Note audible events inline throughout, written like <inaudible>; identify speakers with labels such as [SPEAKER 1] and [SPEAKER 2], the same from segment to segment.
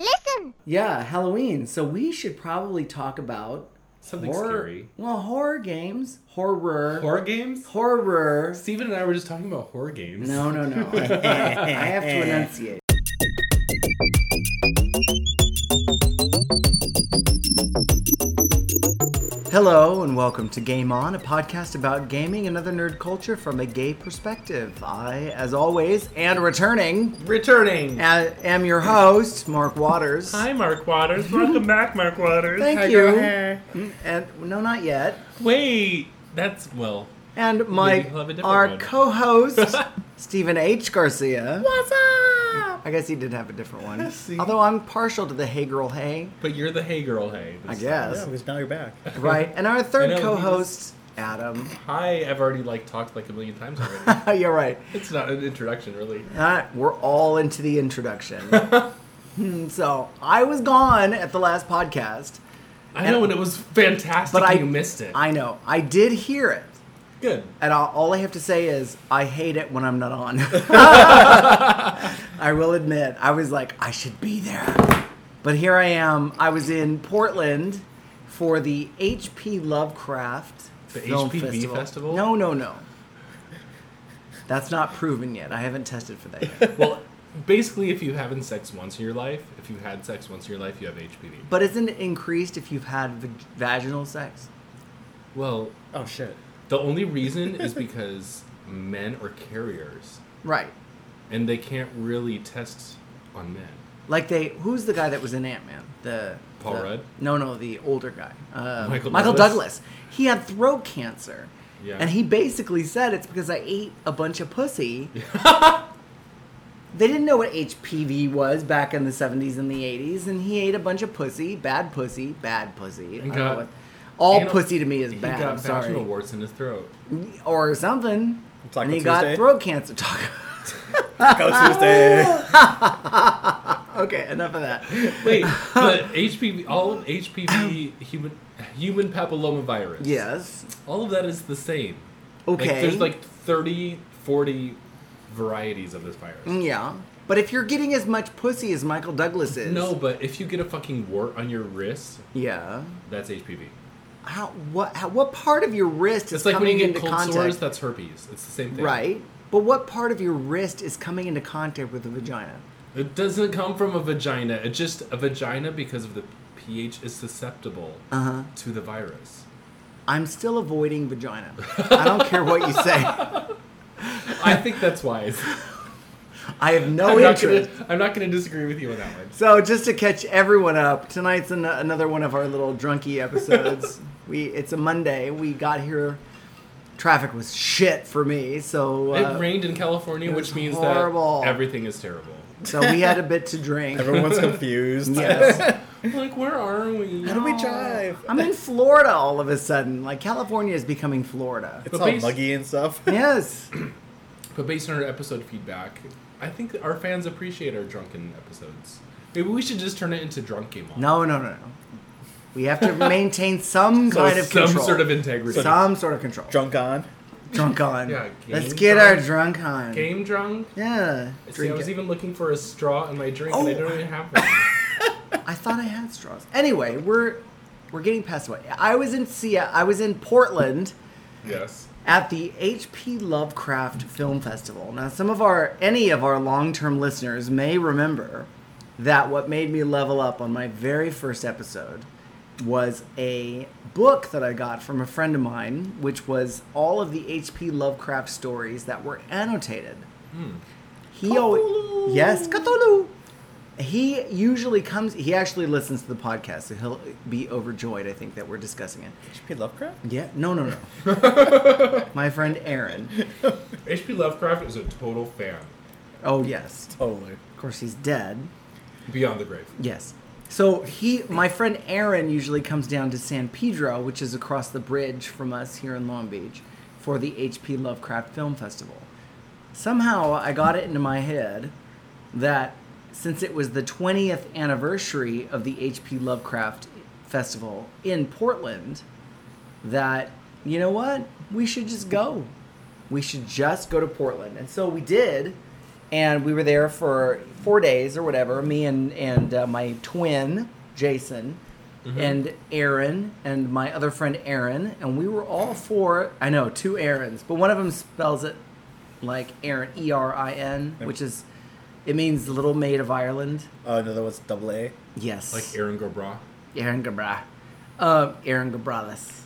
[SPEAKER 1] Halloween.
[SPEAKER 2] Yeah, Halloween. So we should probably talk about
[SPEAKER 3] Something
[SPEAKER 2] horror-
[SPEAKER 3] scary.
[SPEAKER 2] Well, horror games, horror,
[SPEAKER 3] Horror games?
[SPEAKER 2] horror.
[SPEAKER 3] Steven and I were just talking about horror games.
[SPEAKER 2] No, no,
[SPEAKER 3] <laughs>
[SPEAKER 2] no. I have to enunciate. Hello and welcome to Game On, a podcast about gaming and other nerd culture from a gay perspective. I, as always, and returning,
[SPEAKER 1] Returning.
[SPEAKER 2] a- am your host, Mark Waters.
[SPEAKER 1] Hi, Mark Waters. Welcome back, Mark Waters.
[SPEAKER 2] Thank
[SPEAKER 1] Hi,
[SPEAKER 2] you.
[SPEAKER 1] girl. Hey.
[SPEAKER 2] Mm, And no, not yet.
[SPEAKER 3] Wait, that's well.
[SPEAKER 2] And
[SPEAKER 3] Maybe
[SPEAKER 2] my
[SPEAKER 3] he'll have a different
[SPEAKER 2] our
[SPEAKER 3] one. <laughs>
[SPEAKER 2] co-host Stephen H. Garcia.
[SPEAKER 1] What's up?
[SPEAKER 2] I guess he did have a different
[SPEAKER 3] <laughs>
[SPEAKER 2] one.
[SPEAKER 1] See?
[SPEAKER 2] Although I'm partial to the Hey Girl Hey,
[SPEAKER 3] But you're the hey girl, hey.
[SPEAKER 2] I
[SPEAKER 3] This-
[SPEAKER 2] guess.
[SPEAKER 1] Yeah, because now you're back.
[SPEAKER 3] <laughs>
[SPEAKER 2] Right. And our
[SPEAKER 3] I
[SPEAKER 2] third
[SPEAKER 3] know, he was-
[SPEAKER 2] co-host Adam. <laughs>
[SPEAKER 3] Hi, I've already like talked like a million times already.
[SPEAKER 2] You're right.
[SPEAKER 3] it's not an introduction, really.
[SPEAKER 2] Uh, we're all into the
[SPEAKER 3] <laughs>
[SPEAKER 2] introduction. Hmm, so I was gone at the last podcast,
[SPEAKER 3] I
[SPEAKER 2] And-
[SPEAKER 3] know, and it was fantastic.
[SPEAKER 2] but I
[SPEAKER 3] and you missed it.
[SPEAKER 2] I know I did hear it,
[SPEAKER 3] Good.
[SPEAKER 2] and all, all I have to say is I hate it when I'm not on. I will admit I was like I should be there, but here I am. I was in Portland for the H.P. Lovecraft
[SPEAKER 3] The
[SPEAKER 2] Film
[SPEAKER 3] HPV
[SPEAKER 2] Festival.
[SPEAKER 3] Festival?
[SPEAKER 2] No, no, no. That's not proven yet. I haven't tested for that yet.
[SPEAKER 3] Well, basically, if you haven't sex once in your life, if you had sex once in your life, you have HPV.
[SPEAKER 2] But isn't it increased if you've had vag- vaginal sex?
[SPEAKER 3] Well,
[SPEAKER 1] Oh shit.
[SPEAKER 3] the only reason is because men are carriers,
[SPEAKER 2] Right.
[SPEAKER 3] and they can't really test on men.
[SPEAKER 2] Like they, who's the guy that was in Ant Man? The
[SPEAKER 3] Paul
[SPEAKER 2] the-
[SPEAKER 3] Rudd?
[SPEAKER 2] No, no, the older guy, uh,
[SPEAKER 3] Michael
[SPEAKER 2] Douglas.
[SPEAKER 3] Douglas?
[SPEAKER 2] He had throat cancer,
[SPEAKER 3] Yeah.
[SPEAKER 2] and he basically said it's because I ate a bunch of
[SPEAKER 3] <laughs>
[SPEAKER 2] pussy. they didn't know what HPV was back in the seventies and the eighties, and he ate a bunch of pussy, bad pussy, bad pussy.
[SPEAKER 3] And
[SPEAKER 2] I don't know
[SPEAKER 3] got-
[SPEAKER 2] what- all
[SPEAKER 3] Anal-
[SPEAKER 2] pussy to me is
[SPEAKER 3] He
[SPEAKER 2] bad.
[SPEAKER 3] got
[SPEAKER 2] I'm sorry,
[SPEAKER 3] vaginal warts in his throat.
[SPEAKER 2] or something.
[SPEAKER 1] Taco
[SPEAKER 2] and he got
[SPEAKER 1] Tuesday?
[SPEAKER 2] throat cancer. Talk.
[SPEAKER 1] Go Oh,
[SPEAKER 2] Ah. <laughs>
[SPEAKER 1] Tuesday.
[SPEAKER 2] okay, enough of that. <laughs>
[SPEAKER 3] Wait, but HPV, all of HPV, human human papillomavirus.
[SPEAKER 2] Yes.
[SPEAKER 3] All of that is the same.
[SPEAKER 2] Okay.
[SPEAKER 3] Like, there's like 30, 40 varieties of this virus.
[SPEAKER 2] Yeah. But if you're getting as much pussy as Michael Douglas is.
[SPEAKER 3] No, but if you get a fucking wart on your wrist,
[SPEAKER 2] Yeah.
[SPEAKER 3] that's HPV.
[SPEAKER 2] How, what, how, what part of your wrist is
[SPEAKER 3] It's like when
[SPEAKER 2] coming
[SPEAKER 3] you get
[SPEAKER 2] into
[SPEAKER 3] cold
[SPEAKER 2] contact?
[SPEAKER 3] sores, that's herpes. It's the same thing.
[SPEAKER 2] right. But what part of your wrist is coming into contact with the vagina?
[SPEAKER 3] It doesn't come from a vagina. It's just a vagina because of the pH is susceptible
[SPEAKER 2] Uh-huh.
[SPEAKER 3] to the virus.
[SPEAKER 2] I'm still avoiding vagina. I don't care what you say.
[SPEAKER 3] I think
[SPEAKER 2] <laughs>
[SPEAKER 3] that's wise.
[SPEAKER 2] I have no
[SPEAKER 3] I'm, not
[SPEAKER 2] interest.
[SPEAKER 3] gonna, I'm not going to disagree with you on that one.
[SPEAKER 2] So just to catch everyone up, tonight's an- another one of our little drunky episodes. we it's a Monday. We got here. Traffic was shit for me, so
[SPEAKER 3] it
[SPEAKER 2] uh,
[SPEAKER 3] rained in California,
[SPEAKER 2] it
[SPEAKER 3] which
[SPEAKER 2] was
[SPEAKER 3] means
[SPEAKER 2] horrible.
[SPEAKER 3] that everything is terrible.
[SPEAKER 2] so we had a bit to
[SPEAKER 3] <laughs>
[SPEAKER 2] drink.
[SPEAKER 1] Everyone's confused.
[SPEAKER 2] Yes.
[SPEAKER 3] like, where are we?
[SPEAKER 1] How do we drive?
[SPEAKER 2] Oh. I'm in Florida all of a sudden. Like California is becoming Florida.
[SPEAKER 1] It's
[SPEAKER 3] But
[SPEAKER 1] all
[SPEAKER 3] basi-
[SPEAKER 1] muggy and stuff. <laughs>
[SPEAKER 2] Yes.
[SPEAKER 3] But based on our episode feedback, I think that our fans appreciate our drunken episodes. Maybe we should just turn it into drunk game on.
[SPEAKER 2] No, no, no, no. We have to maintain some
[SPEAKER 3] So
[SPEAKER 2] kind of
[SPEAKER 3] some
[SPEAKER 2] control.
[SPEAKER 3] sort of integrity.
[SPEAKER 2] some sort of control. Drunk,
[SPEAKER 1] Drunk on.
[SPEAKER 2] on.
[SPEAKER 3] Yeah,
[SPEAKER 2] Let's
[SPEAKER 3] game
[SPEAKER 2] get
[SPEAKER 3] drunk.
[SPEAKER 2] our drunk on.
[SPEAKER 3] Game drunk.
[SPEAKER 2] Yeah.
[SPEAKER 3] See, I
[SPEAKER 2] drink
[SPEAKER 3] was
[SPEAKER 2] it.
[SPEAKER 3] even looking for a straw in my drink, and I
[SPEAKER 2] Oh.
[SPEAKER 3] don't even have
[SPEAKER 2] <laughs>
[SPEAKER 3] one.
[SPEAKER 2] I thought I had straws. Anyway, we're we're getting past away. I was in Sia. I was in Portland.
[SPEAKER 3] yes.
[SPEAKER 2] at the HP Lovecraft Film Festival. Now, some of our, any of our long term listeners may remember that what made me level up on my very first episode was a book that I got from a friend of mine, which was all of the HP Lovecraft stories that were annotated. He always, yes, Cthulhu. He usually comes. He actually listens to the podcast, so he'll be overjoyed. I think that we're discussing it.
[SPEAKER 1] HP Lovecraft?
[SPEAKER 2] Yeah, no, no, no. My friend Aaron.
[SPEAKER 3] H.P. Lovecraft is a total fan.
[SPEAKER 2] Oh, yes.
[SPEAKER 1] Totally.
[SPEAKER 2] Of course, he's dead.
[SPEAKER 3] Beyond the grave.
[SPEAKER 2] Yes. So he, my friend Aaron, usually comes down to San Pedro, which is across the bridge from us here in Long Beach, for the H.P. Lovecraft Film Festival. Somehow, I got it into my head that since it was the 20th anniversary of the H.P. Lovecraft Festival in Portland, that you know what we should just go we should just go to portland and so we did and we were there for four days or whatever, me and and uh, my twin Jason and Aaron and my other friend Aaron, and we were all four. I know two Aarons, but one of them spells it like Aaron E R I N,
[SPEAKER 1] Yep.
[SPEAKER 2] which is it means little maid of Ireland.
[SPEAKER 1] Oh, no, that was double A.
[SPEAKER 2] Yes,
[SPEAKER 3] Like Aaron Gobra.
[SPEAKER 2] Aaron Gabra. Uh, Aaron Gabrales.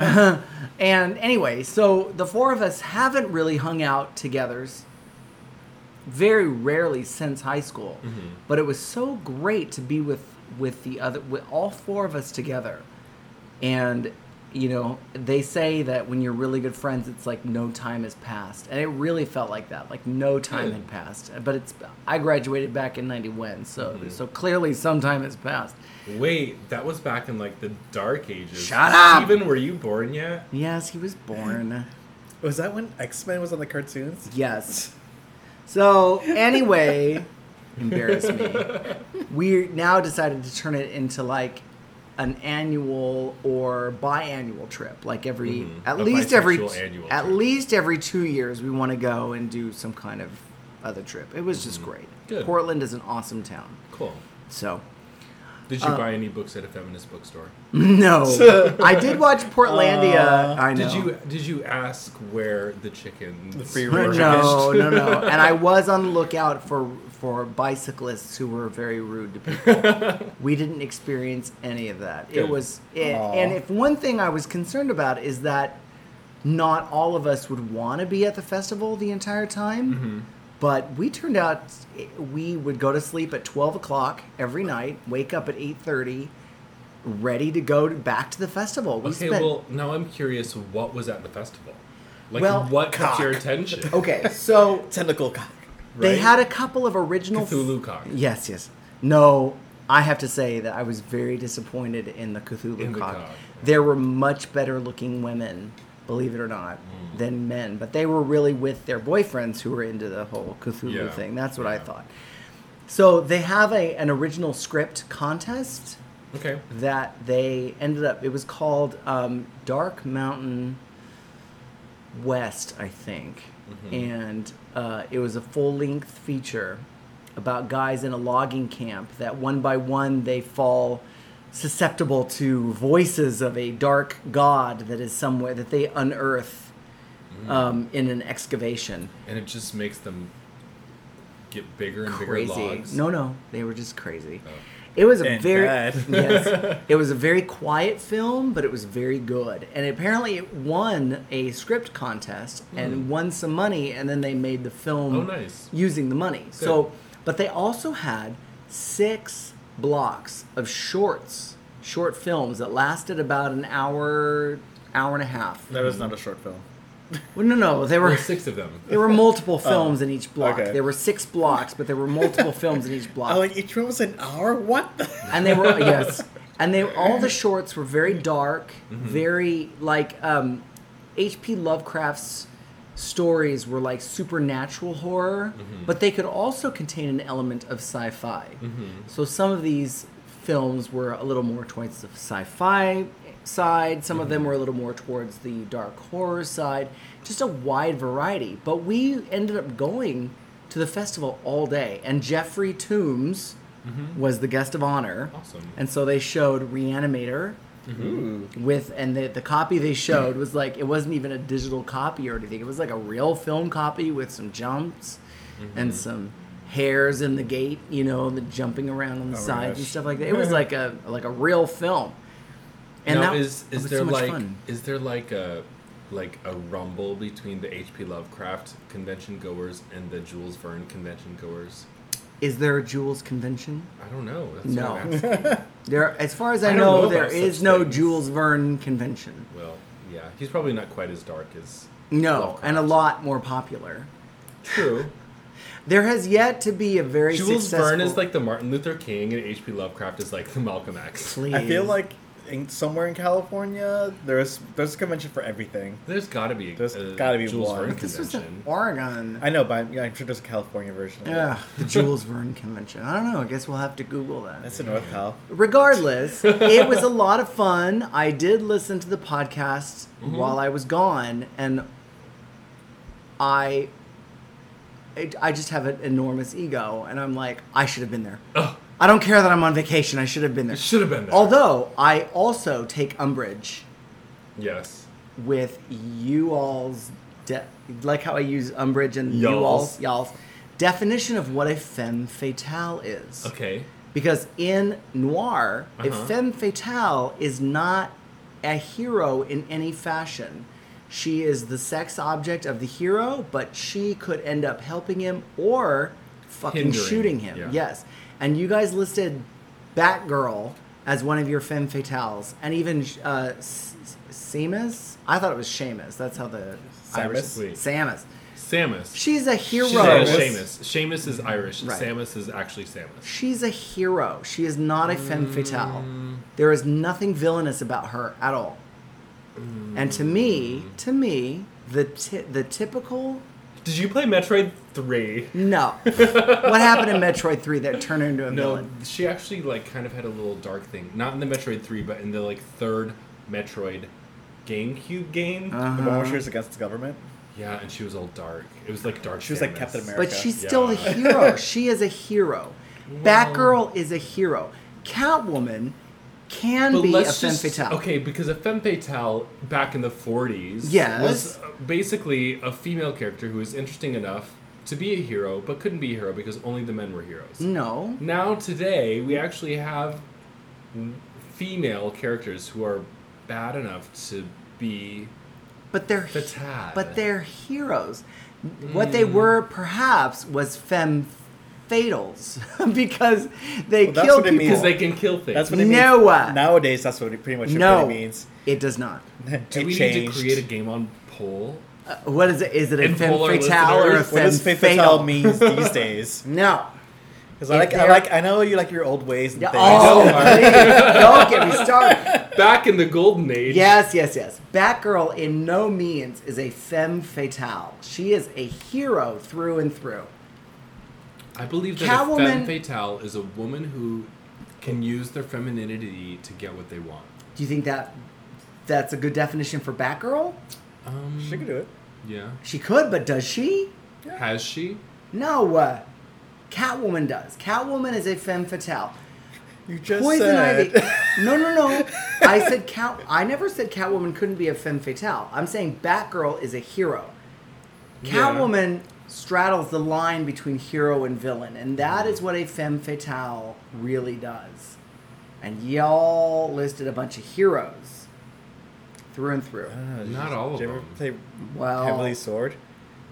[SPEAKER 2] and anyway, so the four of us haven't really hung out together s- very rarely since high school. But it was so great to be with with the other with all four of us together. And you know, they say that when you're really good friends, it's like no time has passed. And it really felt like that. Like no time
[SPEAKER 3] Good.
[SPEAKER 2] had passed. But it's I graduated back in 91, so so clearly some time has passed.
[SPEAKER 3] Wait, that was back in like the dark ages.
[SPEAKER 2] Shut up!
[SPEAKER 3] Steven, were you born yet?
[SPEAKER 2] Yes, he was born.
[SPEAKER 1] Was that when X Men was on the cartoons?
[SPEAKER 2] Yes. So
[SPEAKER 3] <laughs>
[SPEAKER 2] anyway, embarrass me. We now decided to turn it into like an annual or biannual trip, like every
[SPEAKER 3] Mhm.
[SPEAKER 2] at
[SPEAKER 3] A
[SPEAKER 2] least every
[SPEAKER 3] bisexual annual
[SPEAKER 2] at
[SPEAKER 3] trip.
[SPEAKER 2] least every two years we want to go and do some kind of other trip. It was just great.
[SPEAKER 3] Mm-hmm. Good.
[SPEAKER 2] Portland is an awesome town.
[SPEAKER 3] Cool.
[SPEAKER 2] So <laughs>
[SPEAKER 3] Did you
[SPEAKER 2] Uh,
[SPEAKER 3] buy any books at a feminist bookstore? <laughs>
[SPEAKER 2] no, I did watch Portlandia. I know.
[SPEAKER 3] Uh, Did you did you ask where the chickens
[SPEAKER 1] The free
[SPEAKER 3] were
[SPEAKER 1] range.
[SPEAKER 2] No, no, no. And I was on the lookout for for bicyclists who were very rude to people. we didn't experience any of that. It
[SPEAKER 3] Good.
[SPEAKER 2] was, it,
[SPEAKER 1] Aw.
[SPEAKER 2] and if one thing I was concerned about is that not all of us would want to be at the festival the entire time.
[SPEAKER 3] Mm-hmm.
[SPEAKER 2] But we turned out we would go to sleep at twelve o'clock every night, wake up at eight thirty, ready to go to, back to the festival. We
[SPEAKER 3] Okay,
[SPEAKER 2] spent
[SPEAKER 3] well now I'm curious what was at the festival? Like
[SPEAKER 2] Well, Oh.
[SPEAKER 3] what
[SPEAKER 1] cock.
[SPEAKER 3] caught your attention?
[SPEAKER 2] okay, so
[SPEAKER 1] Tentacle cock.
[SPEAKER 2] They
[SPEAKER 3] right?
[SPEAKER 2] had a couple of original
[SPEAKER 3] Cthulhu cock.
[SPEAKER 2] Yes, yes. No, I have to say that I was very disappointed in the Cthulhu
[SPEAKER 3] In the
[SPEAKER 2] cock.
[SPEAKER 3] cock, yeah.
[SPEAKER 2] There were much better looking women, believe it or not,
[SPEAKER 3] Mm.
[SPEAKER 2] than men, but they were really with their boyfriends who were into the whole Cthulhu
[SPEAKER 3] Yeah,
[SPEAKER 2] thing. That's what I
[SPEAKER 3] yeah.
[SPEAKER 2] thought. So they have a an original script contest
[SPEAKER 3] Okay.
[SPEAKER 2] that they ended up. It was called um, Dark Mountain West, I think, and uh, it was a full length feature about guys in a logging camp that one by one they fall susceptible to voices of a dark god that is somewhere that they unearth um, in an excavation.
[SPEAKER 3] And it just makes them get bigger and
[SPEAKER 2] Crazy.
[SPEAKER 3] bigger logs.
[SPEAKER 2] No, no, they were just crazy.
[SPEAKER 3] Oh.
[SPEAKER 2] It was a
[SPEAKER 1] And
[SPEAKER 2] very
[SPEAKER 1] bad.
[SPEAKER 2] <laughs>
[SPEAKER 1] <laughs>
[SPEAKER 2] yes. It was a very quiet film, but it was very good. And apparently, it won a script contest and won some money. And then they made the film
[SPEAKER 3] Hmm. Oh, nice.
[SPEAKER 2] using the money.
[SPEAKER 3] Good.
[SPEAKER 2] So, but they also had six blocks of shorts, short films that lasted about an hour, hour and a half.
[SPEAKER 1] That was not a short film.
[SPEAKER 2] Well, no, no, they
[SPEAKER 3] There
[SPEAKER 2] were
[SPEAKER 3] were six Oh. of them.
[SPEAKER 2] there were
[SPEAKER 3] <laughs>
[SPEAKER 2] multiple films in each block.
[SPEAKER 1] okay.
[SPEAKER 2] There were six blocks, but there were multiple films in each block
[SPEAKER 1] <laughs> Oh, like each one was an hour? What the? <laughs>
[SPEAKER 2] <laughs> and they were yes and they all the shorts were very dark very like um hp lovecraft's stories were like supernatural horror but they could also contain an element of sci-fi so some of these films were a little more towards the sci-fi side some of them were a little more towards the dark horror side just a wide variety but we ended up going to the festival all day and jeffrey toombs was the guest of honor
[SPEAKER 3] Awesome.
[SPEAKER 2] and so they showed Reanimator
[SPEAKER 1] Ooh.
[SPEAKER 2] with, and the, the copy they showed was like, it wasn't even a digital copy or anything. It was like a real film copy with some jumps
[SPEAKER 3] Mm-hmm.
[SPEAKER 2] and some hairs in the gate, you know, the jumping around on the
[SPEAKER 1] Oh my
[SPEAKER 2] sides and
[SPEAKER 1] gosh.
[SPEAKER 2] stuff like that. It was like a like a real film. And
[SPEAKER 3] now
[SPEAKER 2] that
[SPEAKER 3] is
[SPEAKER 2] it
[SPEAKER 3] is
[SPEAKER 2] was
[SPEAKER 3] there
[SPEAKER 2] so much
[SPEAKER 3] like
[SPEAKER 2] fun.
[SPEAKER 3] is there like a like a rumble between the H.P. Lovecraft convention goers and the Jules Verne convention goers?
[SPEAKER 2] Is there a Jules convention?
[SPEAKER 3] I don't know. That's
[SPEAKER 2] No.
[SPEAKER 3] what
[SPEAKER 2] <laughs>
[SPEAKER 3] I'm asking.
[SPEAKER 2] There, as far as I,
[SPEAKER 3] I don't
[SPEAKER 2] know,
[SPEAKER 3] know
[SPEAKER 2] there
[SPEAKER 3] about
[SPEAKER 2] is
[SPEAKER 3] such
[SPEAKER 2] no
[SPEAKER 3] things.
[SPEAKER 2] Jules Verne convention.
[SPEAKER 3] well, yeah, he's probably not quite as dark as
[SPEAKER 2] No,
[SPEAKER 3] Lovecraft.
[SPEAKER 2] and a lot more popular.
[SPEAKER 3] <laughs> true.
[SPEAKER 2] There has yet to be a very
[SPEAKER 3] Jules
[SPEAKER 2] successful.
[SPEAKER 3] Verne is like the Martin Luther King, and H.P. Lovecraft is like the
[SPEAKER 2] <laughs>
[SPEAKER 3] Malcolm X.
[SPEAKER 2] Please.
[SPEAKER 1] I feel like in, somewhere in California, there's there's a convention for everything.
[SPEAKER 3] There's got to be.
[SPEAKER 1] There's
[SPEAKER 3] a
[SPEAKER 1] gotta be
[SPEAKER 3] Jules
[SPEAKER 1] one.
[SPEAKER 3] Verne
[SPEAKER 1] This
[SPEAKER 2] this was in
[SPEAKER 3] convention.
[SPEAKER 2] Oregon.
[SPEAKER 1] I know, but I'm, yeah, I'm sure there's a California version. Of
[SPEAKER 2] Yeah,
[SPEAKER 1] It.
[SPEAKER 2] the Jules Verne convention. I don't know. I guess we'll have to Google that.
[SPEAKER 1] That's in North Cal.
[SPEAKER 3] <laughs>
[SPEAKER 2] Regardless, it was a lot of fun. I did listen to the podcast
[SPEAKER 3] Mm-hmm.
[SPEAKER 2] while I was gone, and I it, I just have an enormous ego, and I'm like, I should have been there.
[SPEAKER 3] Oh,
[SPEAKER 2] I don't care that I'm on vacation. I should have been there.
[SPEAKER 3] Should have been there.
[SPEAKER 2] Although I also take umbrage
[SPEAKER 3] yes.
[SPEAKER 2] with you all's de- like how I use umbrage and you
[SPEAKER 3] Y'all's.
[SPEAKER 2] all's y'all's definition of what a femme fatale is.
[SPEAKER 3] Okay.
[SPEAKER 2] Because in noir,
[SPEAKER 3] Uh-huh.
[SPEAKER 2] a femme fatale is not a hero in any fashion. She is the sex object of the hero, but she could end up helping him or fucking
[SPEAKER 3] Hindering,
[SPEAKER 2] shooting him.
[SPEAKER 3] yeah.
[SPEAKER 2] Yes. And you guys listed Batgirl as one of your femme fatales, and even uh, S- S- Seamus? I thought it was Seamus. That's how the Irish.
[SPEAKER 1] Samus?
[SPEAKER 3] Wait.
[SPEAKER 2] Samus.
[SPEAKER 3] Samus.
[SPEAKER 2] She's a hero.
[SPEAKER 3] Seamus.
[SPEAKER 1] Samus.
[SPEAKER 3] Seamus. Seamus is Irish.
[SPEAKER 2] Right.
[SPEAKER 3] Samus is actually Samus.
[SPEAKER 2] She's a hero. She is not a femme fatale.
[SPEAKER 3] Mm.
[SPEAKER 2] There is nothing villainous about her at all. And to me,
[SPEAKER 3] Mm.
[SPEAKER 2] to me, the ti- the typical
[SPEAKER 3] Did you play Metroid 3?
[SPEAKER 2] no. what
[SPEAKER 3] <laughs>
[SPEAKER 2] happened in Metroid Three that turned her into a
[SPEAKER 3] No,
[SPEAKER 2] villain?
[SPEAKER 3] she actually like kind of had a little dark thing. Not in the Metroid 3, but in the like third Metroid GameCube game.
[SPEAKER 2] Uh-huh.
[SPEAKER 1] The one where she was against the government.
[SPEAKER 3] Yeah, and she was all dark. It was like dark.
[SPEAKER 1] She was like
[SPEAKER 3] Samus.
[SPEAKER 1] Captain America.
[SPEAKER 2] But she's still a
[SPEAKER 3] Yeah. <laughs>
[SPEAKER 2] hero. she is a hero. Batgirl is a hero. Catwoman can be a femme
[SPEAKER 3] just-
[SPEAKER 2] fatale.
[SPEAKER 3] Okay, because a femme fatale back in the 40s
[SPEAKER 2] Yes.
[SPEAKER 3] was uh, basically a female character who was interesting enough to be a hero, but couldn't be a hero because only the men were heroes.
[SPEAKER 2] No.
[SPEAKER 3] Now, today, we actually have female characters who are bad enough to be.
[SPEAKER 2] But they're
[SPEAKER 3] The Tad. Mm.
[SPEAKER 2] but they're heroes. What they were perhaps was femme fatals <laughs> because they
[SPEAKER 1] Well, that's
[SPEAKER 2] kill
[SPEAKER 1] what it
[SPEAKER 2] people.
[SPEAKER 1] means.
[SPEAKER 3] Because they can kill things.
[SPEAKER 1] That's what it means.
[SPEAKER 2] Noah.
[SPEAKER 1] Nowadays, that's what it pretty much
[SPEAKER 2] no,
[SPEAKER 1] what it means. <laughs>
[SPEAKER 2] it does not.
[SPEAKER 3] Do
[SPEAKER 1] it
[SPEAKER 3] we
[SPEAKER 1] changed.
[SPEAKER 3] need to create a game on poll?
[SPEAKER 2] Uh, what is it? Is it a
[SPEAKER 3] And
[SPEAKER 2] femme
[SPEAKER 3] poll our
[SPEAKER 2] fatale or a
[SPEAKER 3] listeners,
[SPEAKER 1] what
[SPEAKER 2] femme
[SPEAKER 1] does
[SPEAKER 2] fatal?
[SPEAKER 1] fate
[SPEAKER 2] <laughs>
[SPEAKER 1] fatale means these days?
[SPEAKER 2] No.
[SPEAKER 1] Because I
[SPEAKER 2] If
[SPEAKER 1] like, I
[SPEAKER 2] they're-
[SPEAKER 1] like, I know you like your old ways and
[SPEAKER 2] Yeah,
[SPEAKER 1] things.
[SPEAKER 2] oh, <laughs>
[SPEAKER 3] know, right?
[SPEAKER 1] <laughs>
[SPEAKER 2] please, don't get me started.
[SPEAKER 3] Back in the golden age.
[SPEAKER 2] Yes, yes, yes. Batgirl in no means is a femme fatale. She is a hero through and through.
[SPEAKER 3] I believe that a femme
[SPEAKER 2] Catwoman-
[SPEAKER 3] fatale is a woman who can use their femininity to get what they want.
[SPEAKER 2] Do you think that that's a good definition for Batgirl?
[SPEAKER 3] Um,
[SPEAKER 1] She could do it.
[SPEAKER 3] Yeah.
[SPEAKER 2] She could, but does she?
[SPEAKER 3] Has she?
[SPEAKER 2] No, uh, Catwoman does. Catwoman is a femme fatale.
[SPEAKER 1] You just
[SPEAKER 2] Poison
[SPEAKER 1] said. <laughs>
[SPEAKER 2] Ivy. No, no, no. I said cat. I never said Catwoman couldn't be a femme fatale. I'm saying Batgirl is a hero.
[SPEAKER 3] Yeah.
[SPEAKER 2] Catwoman straddles the line between hero and villain, and that is what a femme fatale really does. And y'all listed a bunch of heroes through and through.
[SPEAKER 1] Uh,
[SPEAKER 3] Not all of
[SPEAKER 1] did you
[SPEAKER 3] them.
[SPEAKER 1] Ever play
[SPEAKER 2] Well-
[SPEAKER 1] Heavenly Sword,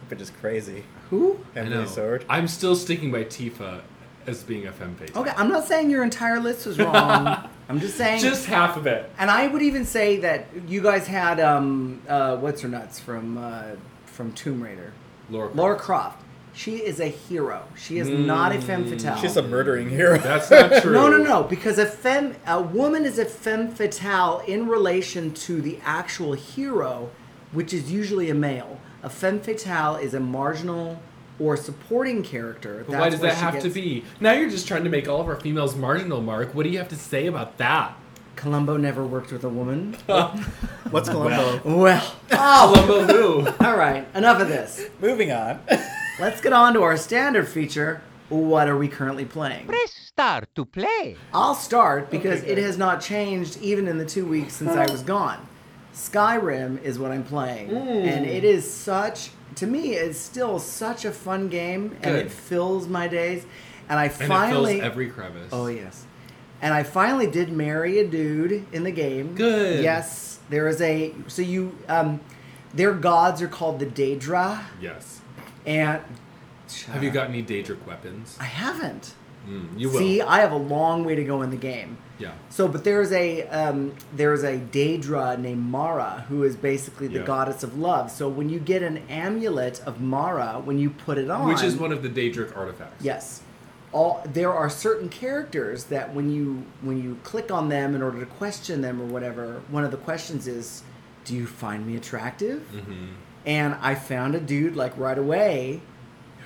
[SPEAKER 1] which is crazy.
[SPEAKER 2] Who?
[SPEAKER 1] Heavenly Sword.
[SPEAKER 3] I'm still sticking by Tifa as being a femme fatale.
[SPEAKER 2] Okay, I'm not saying your entire list was
[SPEAKER 1] <laughs>
[SPEAKER 2] wrong. I'm just saying
[SPEAKER 3] Just half of it.
[SPEAKER 2] And I would even say that you guys had um, uh, what's her nuts from uh, from Tomb Raider,
[SPEAKER 3] Laura.
[SPEAKER 2] Laura Croft. She is a hero. She is not a
[SPEAKER 3] Hmm.
[SPEAKER 2] femme fatale.
[SPEAKER 1] She's a murdering hero.
[SPEAKER 3] That's not
[SPEAKER 2] <laughs>
[SPEAKER 3] true.
[SPEAKER 2] no, no, no. Because a femme, a woman is a femme fatale in relation to the actual hero, which is usually a male. A femme fatale is a marginal or supporting character.
[SPEAKER 3] But why does
[SPEAKER 2] where
[SPEAKER 3] that
[SPEAKER 2] she
[SPEAKER 3] have to
[SPEAKER 2] gets-
[SPEAKER 3] be? Now you're just trying to make all of our females marginal, Mark. What do you have to say about that?
[SPEAKER 2] Columbo never worked with a
[SPEAKER 3] <laughs>
[SPEAKER 2] woman.
[SPEAKER 1] <laughs> What's Columbo?
[SPEAKER 2] well, oh,
[SPEAKER 3] Lumbo Lou.
[SPEAKER 2] all right. Enough of this.
[SPEAKER 1] Moving on. <laughs>
[SPEAKER 2] Let's get on to our standard feature. What are we currently playing?
[SPEAKER 4] Press star to play.
[SPEAKER 2] I'll start because
[SPEAKER 1] Okay,
[SPEAKER 2] it
[SPEAKER 1] good.
[SPEAKER 2] has not changed even in the two weeks since I was gone. Skyrim is what I'm
[SPEAKER 3] Hmm.
[SPEAKER 2] playing, and it is such to me. It's still such a fun game, and
[SPEAKER 3] Good.
[SPEAKER 2] it fills my days. And I
[SPEAKER 3] And
[SPEAKER 2] finally,
[SPEAKER 3] it fills every crevice.
[SPEAKER 2] oh yes, and I finally did marry a dude in the game.
[SPEAKER 3] Good.
[SPEAKER 2] Yes, there is a so you um, their gods are called the Daedra,
[SPEAKER 3] Yes.
[SPEAKER 2] and
[SPEAKER 3] Have you got any Daedric weapons?
[SPEAKER 2] I haven't.
[SPEAKER 3] Mm, you will.
[SPEAKER 2] See, I have a long way to go in the game.
[SPEAKER 3] yeah.
[SPEAKER 2] So, but there's a um, there's a Daedra named Mara who is basically the
[SPEAKER 3] Yeah.
[SPEAKER 2] goddess of love. So when you get an amulet of Mara, when you put it on,
[SPEAKER 3] Which is one of the Daedric artifacts.
[SPEAKER 2] yes, all there are certain characters that when you when you click on them in order to question them or whatever, one of the questions is, "Do you find me attractive?"
[SPEAKER 3] Mm-hmm.
[SPEAKER 2] And I found a dude like right away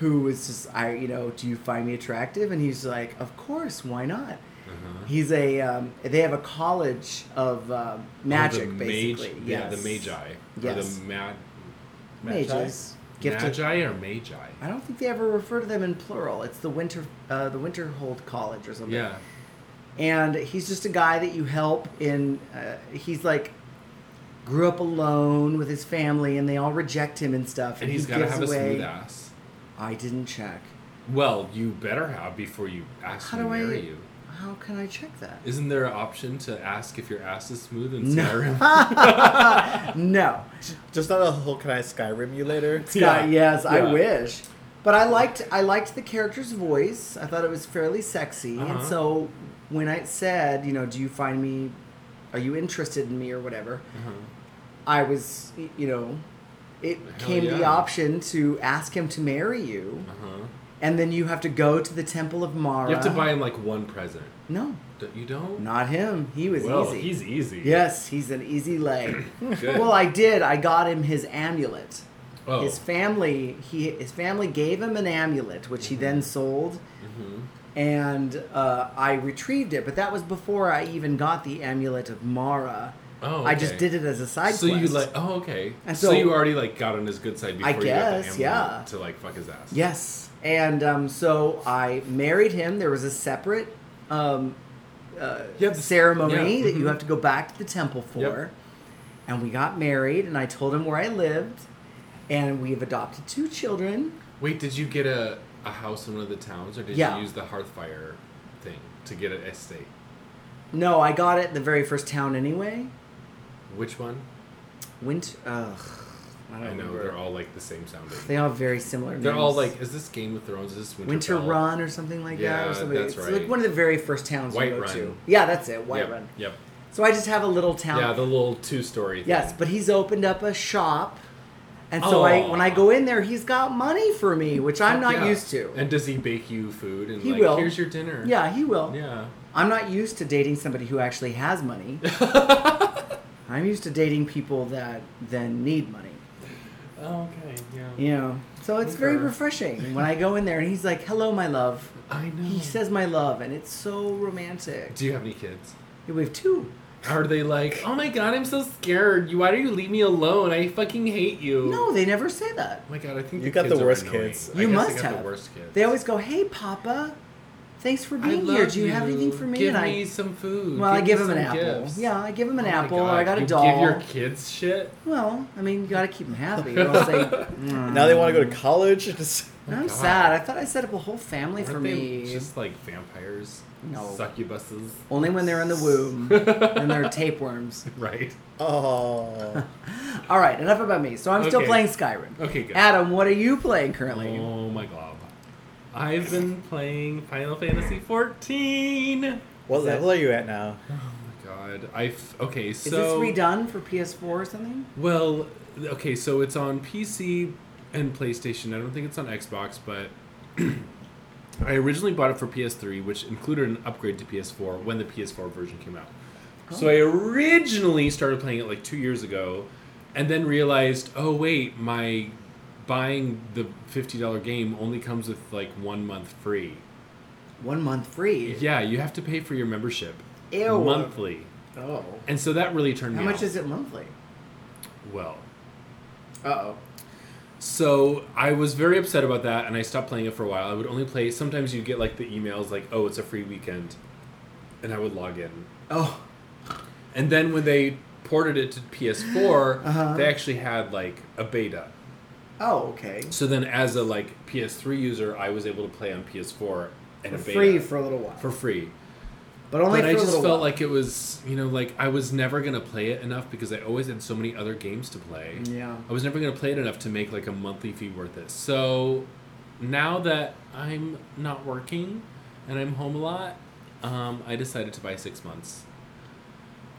[SPEAKER 2] who was just I you know, do you find me attractive? And he's like, of course, why not?
[SPEAKER 3] Mm-hmm.
[SPEAKER 2] He's a. Um, they have a college of um
[SPEAKER 3] Or
[SPEAKER 2] magic,
[SPEAKER 3] the Oh, mage-
[SPEAKER 2] basically.
[SPEAKER 3] Yeah, the
[SPEAKER 2] Yes.
[SPEAKER 3] Magi. Or
[SPEAKER 2] Yes.
[SPEAKER 3] the mad.
[SPEAKER 2] Mages. Gifted.
[SPEAKER 3] Magi or Magi?
[SPEAKER 2] I don't think they ever refer to them in plural. It's the Winter, uh, the Winterhold College or something.
[SPEAKER 3] Yeah.
[SPEAKER 2] and he's just a guy that you help in uh, he's like grew up alone with his family and they all reject him and stuff
[SPEAKER 3] And
[SPEAKER 2] he
[SPEAKER 3] he's got to
[SPEAKER 2] gives
[SPEAKER 3] have a
[SPEAKER 2] away-
[SPEAKER 3] smooth ass.
[SPEAKER 2] i didn't check
[SPEAKER 3] Well, you better have before you ask
[SPEAKER 2] How
[SPEAKER 3] me to
[SPEAKER 2] do I-
[SPEAKER 3] marry you.
[SPEAKER 2] how can i check that
[SPEAKER 3] Isn't there an option to ask if your ass is smooth in
[SPEAKER 2] No. <laughs>
[SPEAKER 3] Skyrim?
[SPEAKER 2] no
[SPEAKER 1] Just not a whole can I Skyrim
[SPEAKER 3] <laughs>
[SPEAKER 1] you later.
[SPEAKER 2] Scott,
[SPEAKER 3] Yeah.
[SPEAKER 2] yes
[SPEAKER 3] Yeah.
[SPEAKER 2] i wish but i liked i liked the character's voice i thought it was fairly sexy and
[SPEAKER 3] Uh-huh.
[SPEAKER 2] so when i said you know do you find me are you interested in me or whatever
[SPEAKER 3] Uh-huh.
[SPEAKER 2] I was, y- you know, it
[SPEAKER 3] Hell
[SPEAKER 2] came the
[SPEAKER 3] yeah.
[SPEAKER 2] option to ask him to marry you,
[SPEAKER 3] Uh-huh.
[SPEAKER 2] and then you have to go to the Temple of Mara.
[SPEAKER 3] You have to buy him like one present.
[SPEAKER 2] No,
[SPEAKER 3] Don't- You don't?
[SPEAKER 2] not him. He was
[SPEAKER 3] well,
[SPEAKER 2] easy.
[SPEAKER 3] he's easy.
[SPEAKER 2] Yes, he's an easy leg.
[SPEAKER 3] Good.
[SPEAKER 2] well, I did. I got him his amulet.
[SPEAKER 3] oh.
[SPEAKER 2] His family, he his family gave him an amulet, which he
[SPEAKER 3] Mm-hmm.
[SPEAKER 2] then sold, and uh, I retrieved it. But that was before I even got the amulet of Mara.
[SPEAKER 3] Oh,
[SPEAKER 2] I just
[SPEAKER 3] okay.
[SPEAKER 2] did it as a side
[SPEAKER 3] so
[SPEAKER 2] quest.
[SPEAKER 3] you like? Oh, okay.
[SPEAKER 2] And
[SPEAKER 3] so,
[SPEAKER 2] so-
[SPEAKER 3] you already like got on his good side before
[SPEAKER 2] I
[SPEAKER 3] you got the
[SPEAKER 2] guess,
[SPEAKER 3] amulet
[SPEAKER 2] yeah.
[SPEAKER 3] to like fuck his ass.
[SPEAKER 2] Yes. And um, so I married him. There was a separate um,
[SPEAKER 3] You have the-
[SPEAKER 2] ceremony
[SPEAKER 3] yeah,
[SPEAKER 2] that you
[SPEAKER 3] mhm.
[SPEAKER 2] have to go back to the temple for.
[SPEAKER 3] Yep.
[SPEAKER 2] And we got married, and I told him where I lived. And we've adopted two children.
[SPEAKER 3] Wait, did you get a, a house in one of the towns, or did
[SPEAKER 2] Yeah.
[SPEAKER 3] you use the Hearthfire thing to get an estate?
[SPEAKER 2] No, I got it the very first town anyway.
[SPEAKER 3] Which one?
[SPEAKER 2] Went. Ugh, I don't
[SPEAKER 3] I know
[SPEAKER 2] remember.
[SPEAKER 3] they're all like the same sounding.
[SPEAKER 2] They all have very similar.
[SPEAKER 3] They're all
[SPEAKER 2] names.
[SPEAKER 3] like, is this Game of Thrones? Is this Winterfell?
[SPEAKER 2] Winter Run or something like that.
[SPEAKER 3] Yeah,
[SPEAKER 2] Or something.
[SPEAKER 3] that's
[SPEAKER 2] it's
[SPEAKER 3] right.
[SPEAKER 2] like one of the very first towns
[SPEAKER 3] White
[SPEAKER 2] we go
[SPEAKER 3] Run.
[SPEAKER 2] to. Yeah, that's it. White
[SPEAKER 3] Yep.
[SPEAKER 2] Run.
[SPEAKER 3] Yep.
[SPEAKER 2] So I just have a little town.
[SPEAKER 3] Yeah, the little two-story.
[SPEAKER 2] Yes,
[SPEAKER 3] thing.
[SPEAKER 2] but he's opened up a shop. And so I when I
[SPEAKER 3] Aw.
[SPEAKER 2] go in there, he's got money for me, which I'm not
[SPEAKER 3] Oh. Yeah.
[SPEAKER 2] used to.
[SPEAKER 3] And does he bake you food? And
[SPEAKER 2] He
[SPEAKER 3] like,
[SPEAKER 2] will.
[SPEAKER 3] Here's your dinner.
[SPEAKER 2] yeah, he will.
[SPEAKER 3] Yeah.
[SPEAKER 2] I'm not used to dating somebody who actually has
[SPEAKER 3] <laughs>
[SPEAKER 2] money. I'm used to dating people that then need money.
[SPEAKER 3] Oh, okay. Yeah.
[SPEAKER 2] You know. So it's very
[SPEAKER 3] Okay.
[SPEAKER 2] refreshing when I go in there and he's like, "Hello, my love."
[SPEAKER 3] I know.
[SPEAKER 2] He says my love and it's so romantic.
[SPEAKER 3] Do you have any kids?
[SPEAKER 2] We have two.
[SPEAKER 3] Are they like, oh my god, I'm so scared. You, why do you leave me alone? I fucking hate you.
[SPEAKER 2] No, they never say that.
[SPEAKER 3] Oh my god, I think
[SPEAKER 1] You
[SPEAKER 3] the
[SPEAKER 1] got the
[SPEAKER 3] kids are
[SPEAKER 1] worst
[SPEAKER 3] annoying.
[SPEAKER 1] kids.
[SPEAKER 3] I
[SPEAKER 2] you
[SPEAKER 3] guess
[SPEAKER 2] must
[SPEAKER 3] I got
[SPEAKER 2] have.
[SPEAKER 3] the worst kids.
[SPEAKER 2] They always go, "Hey, Papa, thanks for
[SPEAKER 3] I
[SPEAKER 2] being
[SPEAKER 3] love
[SPEAKER 2] here. Do you, have anything for me?"
[SPEAKER 3] Give
[SPEAKER 2] and
[SPEAKER 3] me
[SPEAKER 2] I,
[SPEAKER 3] some food.
[SPEAKER 2] well, I
[SPEAKER 3] me
[SPEAKER 2] give him an
[SPEAKER 3] some
[SPEAKER 2] apple.
[SPEAKER 3] gifts.
[SPEAKER 2] Yeah, I give him an
[SPEAKER 3] Oh my
[SPEAKER 2] apple.
[SPEAKER 3] God,
[SPEAKER 2] I got a
[SPEAKER 3] you
[SPEAKER 2] doll.
[SPEAKER 3] Give your kids shit.
[SPEAKER 2] Well, I mean, you gotta keep him happy. Or else they,
[SPEAKER 3] <laughs> Hmm.
[SPEAKER 2] Mm.
[SPEAKER 1] Now they want to go to college. <laughs> Just-
[SPEAKER 3] Oh my
[SPEAKER 2] I'm
[SPEAKER 3] God.
[SPEAKER 2] sad. I thought I set up a whole family for
[SPEAKER 3] Aren't they
[SPEAKER 2] me.
[SPEAKER 3] just like vampires?
[SPEAKER 2] No. Oh.
[SPEAKER 3] Succubuses.
[SPEAKER 2] Only when they're in the
[SPEAKER 3] <laughs>
[SPEAKER 2] womb and they're tapeworms.
[SPEAKER 3] Right.
[SPEAKER 1] oh,
[SPEAKER 2] All right, enough about me. So I'm still
[SPEAKER 3] Okay.
[SPEAKER 2] playing Skyrim.
[SPEAKER 3] Okay, good.
[SPEAKER 2] Adam, what are you playing currently?
[SPEAKER 3] Oh my god. I've been playing Final Fantasy 14.
[SPEAKER 1] what
[SPEAKER 3] Is that-
[SPEAKER 1] level are you at now?
[SPEAKER 3] Oh my god. I've okay, so
[SPEAKER 2] Is this redone for PS4 or something?
[SPEAKER 3] Well, okay, so it's on PC and PlayStation. I don't think it's on Xbox, but <clears throat> I originally bought it for PS3, which included an upgrade to PS4 when the PS4 version came out. So
[SPEAKER 2] Oh.
[SPEAKER 3] I originally started playing it like two years ago, and then realized, oh wait, my buying the fifty dollar game only comes with like one month free.
[SPEAKER 2] One month free.
[SPEAKER 3] Yeah, you have to pay for your membership
[SPEAKER 2] Ew.
[SPEAKER 3] monthly,
[SPEAKER 2] Oh.
[SPEAKER 3] and so that really turned
[SPEAKER 2] How
[SPEAKER 3] me.
[SPEAKER 2] much
[SPEAKER 3] off.
[SPEAKER 2] is it monthly?
[SPEAKER 3] Well,
[SPEAKER 2] Uh oh.
[SPEAKER 3] So I was very upset about that, and I stopped playing it for a while. I would only play. Sometimes you get like the emails, like, "Oh, it's a free weekend," and I would log in.
[SPEAKER 2] Oh.
[SPEAKER 3] And then when they ported it to PS4,
[SPEAKER 2] Uh-huh.
[SPEAKER 3] they actually had like a beta.
[SPEAKER 2] Oh, okay.
[SPEAKER 3] So then, as a like PS3 user, I was able to play on PS4 and a beta
[SPEAKER 2] Free for a little while.
[SPEAKER 3] for free.
[SPEAKER 2] but only
[SPEAKER 3] but
[SPEAKER 2] for
[SPEAKER 3] I
[SPEAKER 2] a
[SPEAKER 3] just
[SPEAKER 2] little
[SPEAKER 3] felt
[SPEAKER 2] while.
[SPEAKER 3] like it was, you know, like I was never gonna play it enough because I always had so many other games to play.
[SPEAKER 2] Yeah.
[SPEAKER 3] I was never gonna play it enough to make like a monthly fee worth it. So now that I'm not working and I'm home a lot, um, I decided to buy six months.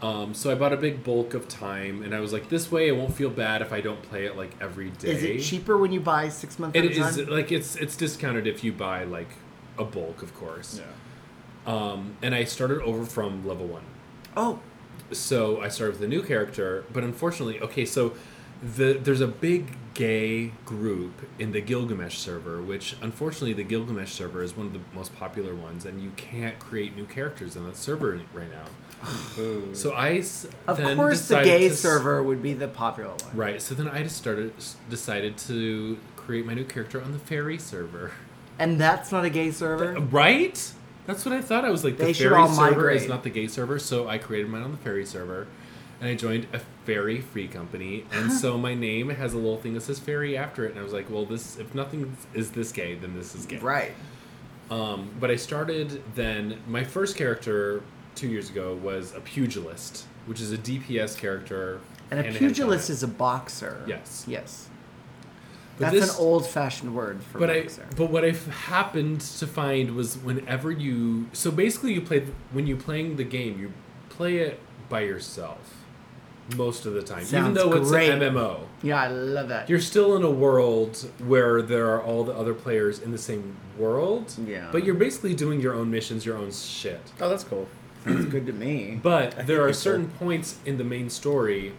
[SPEAKER 3] Um, so I bought a big bulk of time, and I was like, this way, it won't feel bad if I don't play it like every day.
[SPEAKER 2] Is it cheaper when you buy six months at
[SPEAKER 3] It
[SPEAKER 2] a time?
[SPEAKER 3] is uh, like it's it's discounted if you buy like a bulk, of course. Um, and I started over from level one.
[SPEAKER 2] Oh,
[SPEAKER 3] So I started with a new character, but unfortunately, okay, so the there's a big gay group in the Gilgamesh server, which unfortunately the Gilgamesh server is one of the most popular ones, and you can't create new characters on that server right now. so I s-
[SPEAKER 2] of
[SPEAKER 3] then
[SPEAKER 2] course the
[SPEAKER 3] decided
[SPEAKER 2] gay
[SPEAKER 3] to s-
[SPEAKER 2] server would be the popular one.
[SPEAKER 3] Right. So then I just started s- decided to create my new character on the fairy server. <laughs>
[SPEAKER 2] And that's not a gay server.
[SPEAKER 3] uh, Right? That's what I thought. I was like, the
[SPEAKER 2] They should
[SPEAKER 3] fairy
[SPEAKER 2] all
[SPEAKER 3] server
[SPEAKER 2] migrate.
[SPEAKER 3] is not the gay server, so I created mine on the fairy server, and I joined a fairy free company, and
[SPEAKER 2] <laughs>
[SPEAKER 3] so my name has a little thing that says fairy after it, and I was like, well, this if nothing is this gay, then this is gay.
[SPEAKER 2] Right.
[SPEAKER 3] Um, but I started then. My first character two years ago was a pugilist, which is a DPS character.
[SPEAKER 2] And a
[SPEAKER 3] hand-to-hand
[SPEAKER 2] pugilist is
[SPEAKER 3] combat.
[SPEAKER 2] a boxer.
[SPEAKER 3] Yes.
[SPEAKER 2] Yes.
[SPEAKER 3] But
[SPEAKER 2] that's
[SPEAKER 3] this-
[SPEAKER 2] an old-fashioned word for
[SPEAKER 3] But I,
[SPEAKER 2] boxer.
[SPEAKER 3] but what I've happened to find was whenever you, so basically you play when you're playing the game, you play it by yourself most of the time, even
[SPEAKER 2] Sounds
[SPEAKER 3] though it's
[SPEAKER 2] great.
[SPEAKER 3] an MMO.
[SPEAKER 2] yeah, I love that.
[SPEAKER 3] You're still in a world where there are all the other players in the same world.
[SPEAKER 2] Yeah.
[SPEAKER 3] But you're basically doing your own missions, your own shit.
[SPEAKER 1] Oh, that's cool.
[SPEAKER 2] Sounds good to
[SPEAKER 3] <clears throat>
[SPEAKER 2] me.
[SPEAKER 3] But there are
[SPEAKER 1] it's
[SPEAKER 3] certain points in the main story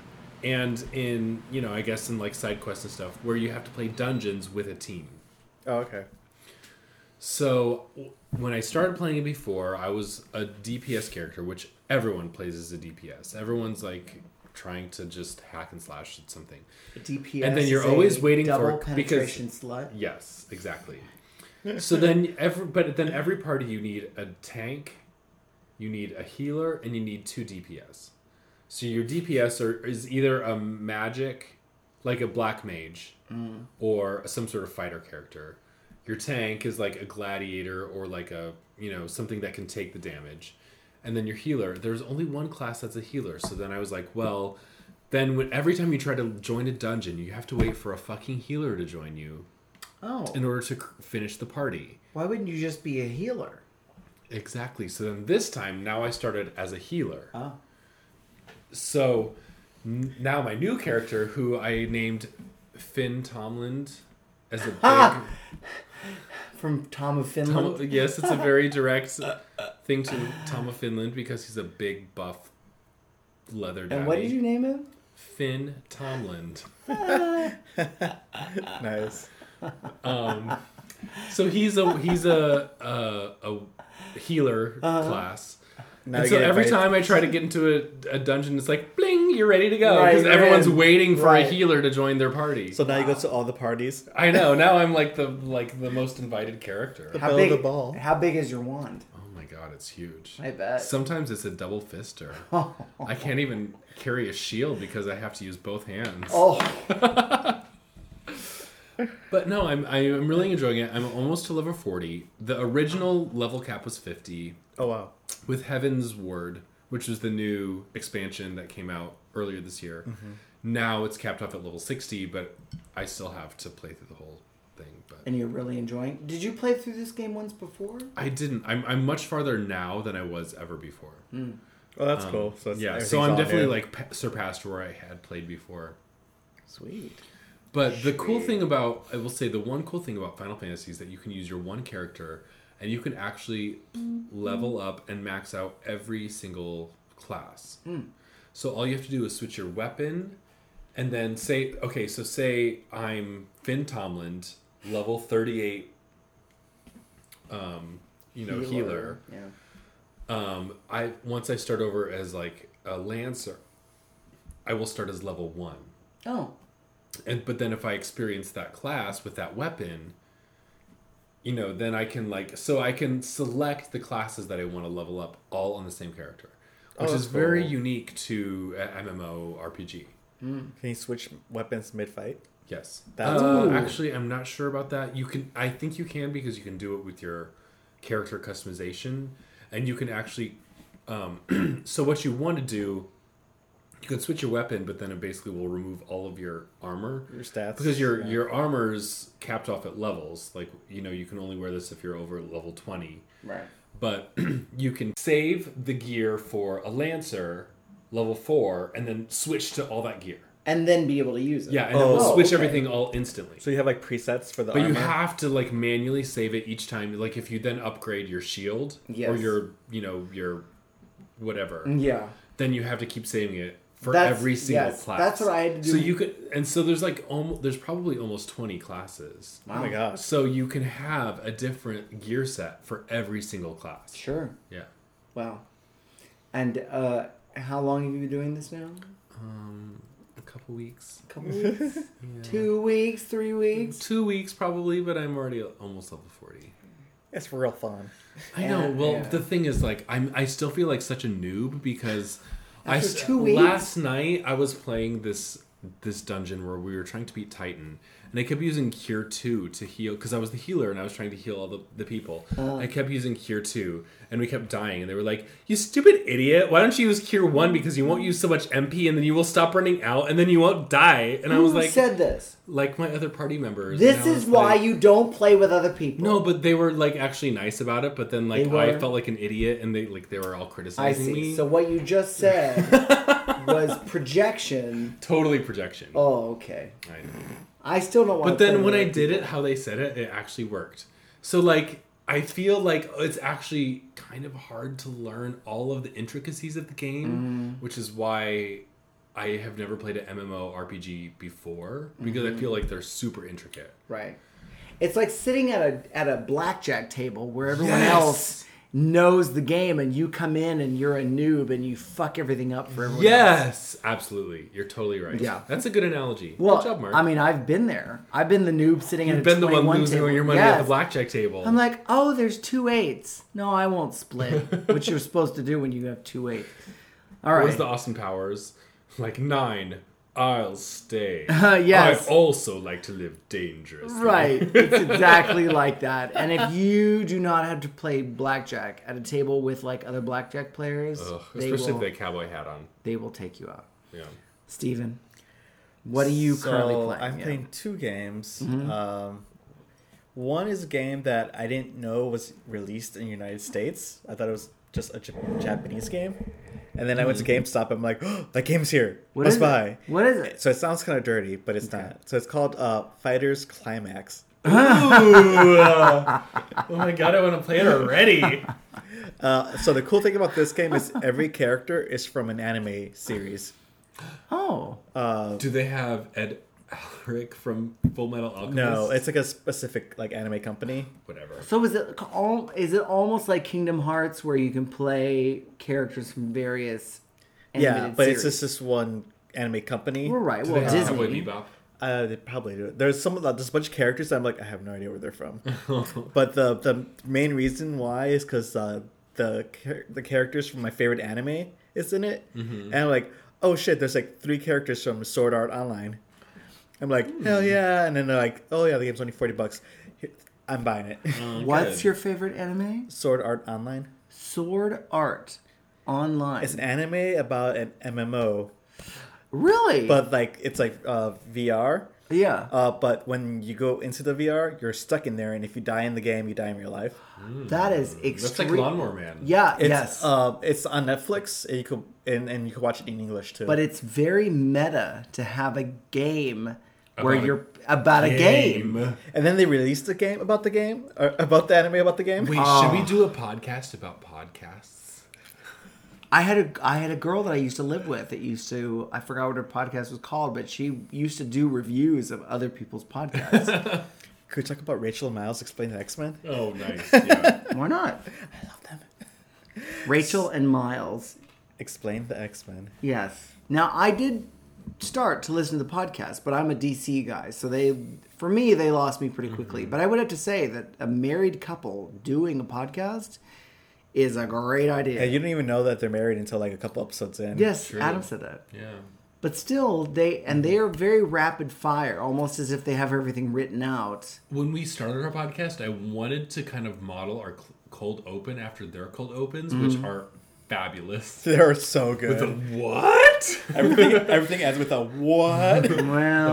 [SPEAKER 3] and in, you know, I guess in like side quests and stuff where you have to play dungeons with a team.
[SPEAKER 1] Oh, okay.
[SPEAKER 3] So w- when I started playing it before, I was a DPS character, which everyone plays as a DPS. Everyone's like trying to just hack and slash at something.
[SPEAKER 2] DPS.
[SPEAKER 3] and then you're
[SPEAKER 2] is a
[SPEAKER 3] always waiting for-
[SPEAKER 2] double
[SPEAKER 3] because-
[SPEAKER 2] penetration slut.
[SPEAKER 3] Yes, exactly. so then every but then every party you need a tank, you need a healer, and you need two DPS. So your DPS are, is either a magic, like a black mage, or some sort of fighter character. Your tank is like a gladiator or like a you know something that can take the damage, and then your healer. There's only one class that's a healer. So then I was like, well, then when, every time you try to join a dungeon, you have to wait for a fucking healer to join you
[SPEAKER 2] Oh,
[SPEAKER 3] in order to c- finish the party.
[SPEAKER 2] why wouldn't you just be a healer?
[SPEAKER 3] Exactly. So then this time, now I started as a healer.
[SPEAKER 2] Oh.
[SPEAKER 3] So n- now my new character, who I named Finn Tomland, as a big.
[SPEAKER 2] From Tom of Finland.
[SPEAKER 3] Tom, yes, it's a very direct thing to Tom of Finland because he's a big buff leather daddy.
[SPEAKER 2] and what did you name him?
[SPEAKER 3] Finn Tomland.
[SPEAKER 1] Nice.
[SPEAKER 3] Um, so he's a he's a a, a healer class.
[SPEAKER 1] Now
[SPEAKER 3] and
[SPEAKER 1] you
[SPEAKER 3] so
[SPEAKER 1] get
[SPEAKER 3] every
[SPEAKER 1] invited-
[SPEAKER 3] time I try to get into a, a dungeon, it's like bling, you're ready to go
[SPEAKER 2] Right,
[SPEAKER 3] because
[SPEAKER 2] you're
[SPEAKER 3] everyone's
[SPEAKER 2] in.
[SPEAKER 3] waiting for
[SPEAKER 2] Right.
[SPEAKER 3] a healer to join their party.
[SPEAKER 1] So now you go to all the parties.
[SPEAKER 3] I know now I'm like the like the most
[SPEAKER 2] <laughs>
[SPEAKER 3] invited character.
[SPEAKER 1] How- Bill the Ball.
[SPEAKER 2] How big is your wand?
[SPEAKER 3] Oh my god, it's huge.
[SPEAKER 2] I bet. Oh.
[SPEAKER 3] Sometimes it's a
[SPEAKER 2] <laughs>
[SPEAKER 3] double fister. I can't even carry a shield because I have to use both hands.
[SPEAKER 2] Oh,
[SPEAKER 3] But no, I'm I'm really enjoying it. I'm almost to level 40. The original level cap was 50.
[SPEAKER 1] Oh wow.
[SPEAKER 3] with Heaven's Word, which was the new expansion that came out earlier this year. Now it's capped off at level 60, but I still have to play through the whole thing. But
[SPEAKER 2] and you're really enjoying. Did you play through this game once before?
[SPEAKER 3] I didn't. I'm, I'm much farther now than I was ever before.
[SPEAKER 1] Well, Oh, that's cool. So it's,
[SPEAKER 3] Um, Yeah,
[SPEAKER 1] everything's
[SPEAKER 3] so I'm
[SPEAKER 1] all
[SPEAKER 3] definitely
[SPEAKER 1] new.
[SPEAKER 3] like pa- surpassed where I had played before.
[SPEAKER 2] Sweet.
[SPEAKER 3] But the cool thing about, I will say, the one cool thing about Final Fantasy is that you can use your one character and you can actually level up and max out every single class. So all you have to do is switch your weapon and then say, okay, so say I'm Finn Tomland, level 38, um, you know, healer
[SPEAKER 2] Yeah.
[SPEAKER 3] um, I once I start over as like a lancer, I will start as level one.
[SPEAKER 2] Oh,
[SPEAKER 3] And but then if I experience that class with that weapon, you know, then I can like so I can select the classes that I want to level up all on the same character, which
[SPEAKER 1] Oh,
[SPEAKER 3] is
[SPEAKER 1] that's
[SPEAKER 3] very
[SPEAKER 1] cool.
[SPEAKER 3] unique to uh, a MMO RPG.
[SPEAKER 1] Can you switch weapons mid fight?
[SPEAKER 3] Yes,
[SPEAKER 1] That's
[SPEAKER 3] uh,
[SPEAKER 1] cool.
[SPEAKER 3] actually I'm not sure about that. You can I think you can because you can do it with your character customization, and you can actually. Um, <clears throat> so what you want to do, you can switch your weapon, but then it basically will remove all of your armor
[SPEAKER 1] Your stats.
[SPEAKER 3] because your
[SPEAKER 1] yeah.
[SPEAKER 3] your armor's capped off at levels. Like you know, you can only wear this if you're over level twenty.
[SPEAKER 2] right.
[SPEAKER 3] But <clears throat> you can save the gear for a lancer level four, and then switch to all that gear.
[SPEAKER 2] And then be able to use it.
[SPEAKER 3] Yeah, and it will
[SPEAKER 2] Oh,
[SPEAKER 3] switch
[SPEAKER 2] okay.
[SPEAKER 3] everything all instantly.
[SPEAKER 1] So you have like presets for the
[SPEAKER 3] But
[SPEAKER 1] armor.
[SPEAKER 3] you have to like manually save it each time. Like if you then upgrade your shield or
[SPEAKER 2] Yes.
[SPEAKER 3] your you know your whatever,
[SPEAKER 2] Yeah.
[SPEAKER 3] then you have to keep saving it for
[SPEAKER 2] That's-
[SPEAKER 3] every single
[SPEAKER 2] yes,
[SPEAKER 3] class.
[SPEAKER 2] that's what I had to
[SPEAKER 3] So
[SPEAKER 2] do.
[SPEAKER 3] you could and so there's like almost there's probably almost twenty classes.
[SPEAKER 1] oh my gosh.
[SPEAKER 3] So you can have a different gear set for every single class.
[SPEAKER 2] Sure.
[SPEAKER 3] Yeah.
[SPEAKER 2] Wow. And uh, how long have you been doing this now?
[SPEAKER 3] Um, a couple weeks.
[SPEAKER 2] Couple weeks,
[SPEAKER 3] Yeah.
[SPEAKER 2] two weeks, three weeks.
[SPEAKER 3] Two weeks probably, but I'm already almost level forty.
[SPEAKER 1] It's real fun.
[SPEAKER 3] I know.
[SPEAKER 2] Yeah,
[SPEAKER 3] well,
[SPEAKER 2] yeah.
[SPEAKER 3] the thing is, like, I'm I still feel like such a noob because I
[SPEAKER 2] After
[SPEAKER 3] s-
[SPEAKER 2] two weeks?
[SPEAKER 3] last night I was playing this this dungeon where we were trying to beat Titan, and I kept using Cure Two to heal because I was the healer and I was trying to heal all the the people.
[SPEAKER 2] Uh-huh.
[SPEAKER 3] I kept using Cure Two, and we kept dying, and they were like, "You stupid idiot! Why don't you use Cure One because you won't use so much MP, and then you will stop running out, and then you won't die." And I was
[SPEAKER 2] Who
[SPEAKER 3] like,
[SPEAKER 2] said this?
[SPEAKER 3] "Like my other party members." and
[SPEAKER 2] This
[SPEAKER 3] I
[SPEAKER 2] is
[SPEAKER 3] was
[SPEAKER 2] why
[SPEAKER 3] like-
[SPEAKER 2] you don't play with other people.
[SPEAKER 3] no, but they were like actually nice about it, but then like
[SPEAKER 2] They
[SPEAKER 3] I
[SPEAKER 2] were?
[SPEAKER 3] felt like an idiot and they like they were all criticizing
[SPEAKER 2] I see.
[SPEAKER 3] me.
[SPEAKER 2] So what you just
[SPEAKER 3] <laughs>
[SPEAKER 2] said was projection.
[SPEAKER 3] totally projection.
[SPEAKER 2] Oh, okay.
[SPEAKER 3] I know.
[SPEAKER 2] I still don't want.
[SPEAKER 3] But then when I did it, how they said it, it actually worked. So like I feel like it's actually kind of hard to learn all of the intricacies of the
[SPEAKER 2] Mm.
[SPEAKER 3] game, which is why I have never played an MMO RPG before because
[SPEAKER 2] Mm-hmm.
[SPEAKER 3] I feel like they're super intricate.
[SPEAKER 2] Right. It's like sitting at a at a blackjack table where everyone
[SPEAKER 3] Yes.
[SPEAKER 2] else knows the game and you come in and you're a noob and you fuck everything up for everyone. else.
[SPEAKER 3] Yes, absolutely. You're totally right.
[SPEAKER 2] Yeah.
[SPEAKER 3] that's a good analogy.
[SPEAKER 2] Well,
[SPEAKER 3] good job, Mark.
[SPEAKER 2] I mean, I've been there. I've been the noob sitting at
[SPEAKER 3] You've
[SPEAKER 2] a
[SPEAKER 3] been the one
[SPEAKER 2] 21
[SPEAKER 3] losing all
[SPEAKER 2] table.
[SPEAKER 3] your money at the
[SPEAKER 2] Yes.
[SPEAKER 3] blackjack table.
[SPEAKER 2] I'm like, oh, there's two eights. No, I won't <laughs> split, which you're supposed to do when you have two eights. All
[SPEAKER 3] What
[SPEAKER 2] right.
[SPEAKER 3] was the Austin Powers? <laughs> Like nine. I'll stay.
[SPEAKER 2] <laughs> yes.
[SPEAKER 3] I also like to live dangerously.
[SPEAKER 2] Right. It's exactly like that. And if you do not have to play blackjack at a table with like other blackjack players,
[SPEAKER 3] Ugh,
[SPEAKER 2] they
[SPEAKER 3] especially
[SPEAKER 2] will,
[SPEAKER 3] with that cowboy hat on.
[SPEAKER 2] they will take you out.
[SPEAKER 3] Yeah.
[SPEAKER 2] Steven, what are you currently
[SPEAKER 1] So,
[SPEAKER 2] playing?
[SPEAKER 1] I'm
[SPEAKER 2] Yeah.
[SPEAKER 1] playing two games.
[SPEAKER 3] Mm-hmm.
[SPEAKER 1] Um, one is a game that I didn't know was released in the United States. I thought it was just a Jap- Japanese game. And then I went to
[SPEAKER 3] Mm-hmm.
[SPEAKER 1] GameStop. I'm like, oh, that game's here.
[SPEAKER 2] What
[SPEAKER 1] Must
[SPEAKER 2] is it?
[SPEAKER 1] buy.
[SPEAKER 2] What is it?
[SPEAKER 1] So it sounds kind of dirty, but it's not. So it's called uh, Fighters Climax.
[SPEAKER 3] Oh my god, I want to play it already.
[SPEAKER 1] Uh, so the cool thing about this game is every character is from an anime series.
[SPEAKER 2] Oh,
[SPEAKER 3] <laughs> Do they have Ed Alric from Full Metal Alchemist?
[SPEAKER 1] No, it's like a specific like anime company.
[SPEAKER 3] whatever.
[SPEAKER 2] so is it all? Is it almost like Kingdom Hearts, where you can play characters from various?
[SPEAKER 1] Yeah,
[SPEAKER 2] animated
[SPEAKER 1] but
[SPEAKER 2] series?
[SPEAKER 1] it's just this one anime company.
[SPEAKER 2] Well, right.
[SPEAKER 3] Do
[SPEAKER 2] Well,
[SPEAKER 3] they have Cowboy
[SPEAKER 2] Disney.
[SPEAKER 3] Bebop?
[SPEAKER 1] Uh, they probably do. There's some of the, there's a bunch of characters that I'm like I have no idea where
[SPEAKER 2] <laughs>
[SPEAKER 1] they're from. but the the main reason why is because uh, the char- the characters from my favorite anime is in it,
[SPEAKER 2] Mm-hmm.
[SPEAKER 1] and I'm like, oh shit, there's like three characters from Sword Art Online. I'm like, hell
[SPEAKER 2] Hmm.
[SPEAKER 1] yeah, and then they're like, oh yeah, the game's only forty bucks. Here- I'm buying it.
[SPEAKER 2] Oh, What's
[SPEAKER 3] Good.
[SPEAKER 2] your favorite anime?
[SPEAKER 1] Sword Art Online.
[SPEAKER 2] Sword Art Online.
[SPEAKER 1] It's an anime about an MMO,
[SPEAKER 2] really?
[SPEAKER 1] but like it's like uh, VR.
[SPEAKER 2] yeah.
[SPEAKER 1] Uh, but when you go into the VR, you're stuck in there, and if you die in the game, you die in real life.
[SPEAKER 2] That is
[SPEAKER 3] That's like
[SPEAKER 2] extreme.
[SPEAKER 3] Lawnmower Man.
[SPEAKER 2] yeah,
[SPEAKER 1] It's,
[SPEAKER 2] yes.
[SPEAKER 1] uh, it's on Netflix, and you could and, and you can watch it in English too.
[SPEAKER 2] but it's very meta to have a game where
[SPEAKER 3] About a
[SPEAKER 2] you're about a game.
[SPEAKER 1] and then they released a game about the game, or about the anime about the game.
[SPEAKER 3] Wait,
[SPEAKER 2] Oh.
[SPEAKER 3] should we do a podcast about podcasts?
[SPEAKER 2] I had a I had a girl that I used to live with that used to I forgot what her podcast was called, but she used to do reviews of other people's podcasts.
[SPEAKER 1] Could we talk about Rachel Miles explaining X Men?
[SPEAKER 3] Oh, nice. <laughs> Yeah.
[SPEAKER 2] Why not? I love them. Rachel and Miles.
[SPEAKER 1] Explain the X Men.
[SPEAKER 2] Yes. Now I did start to listen to the podcast, but I'm a DC guy, so they for me they lost me pretty quickly.
[SPEAKER 3] Mm-hmm.
[SPEAKER 2] But I would have to say that a married couple doing a podcast is a great idea.
[SPEAKER 1] Yeah, you don't even know that they're married until like a couple episodes in.
[SPEAKER 2] yes,
[SPEAKER 3] True.
[SPEAKER 2] Adam said that.
[SPEAKER 3] yeah.
[SPEAKER 2] But still, they and they are very rapid fire, almost as if they have everything written out.
[SPEAKER 3] when we started our podcast, I wanted to kind of model our cl- cold open after their cold opens, which are
[SPEAKER 1] <laughs>
[SPEAKER 3] fabulous.
[SPEAKER 1] <laughs> they're so good.
[SPEAKER 3] What?
[SPEAKER 1] everything, everything ends with a what?
[SPEAKER 3] About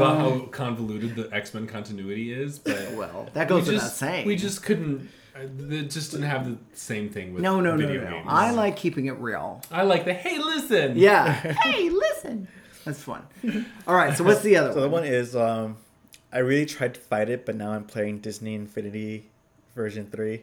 [SPEAKER 2] Well,
[SPEAKER 3] how convoluted the X Men continuity is, but
[SPEAKER 2] well, that goes
[SPEAKER 3] we
[SPEAKER 2] without
[SPEAKER 3] just,
[SPEAKER 2] saying.
[SPEAKER 3] We just couldn't. uh, It just didn't have the same thing with
[SPEAKER 2] no, no, no,
[SPEAKER 3] video
[SPEAKER 2] no. no.
[SPEAKER 3] games.
[SPEAKER 2] I like keeping it
[SPEAKER 3] <laughs>
[SPEAKER 2] real.
[SPEAKER 3] I like the hey, listen.
[SPEAKER 2] Yeah. hey, listen. That's fun. All right. So what's the
[SPEAKER 3] <laughs>
[SPEAKER 2] other
[SPEAKER 1] So the
[SPEAKER 2] one?
[SPEAKER 1] one is, um, I really tried to fight it, but now I'm playing Disney Infinity version 3,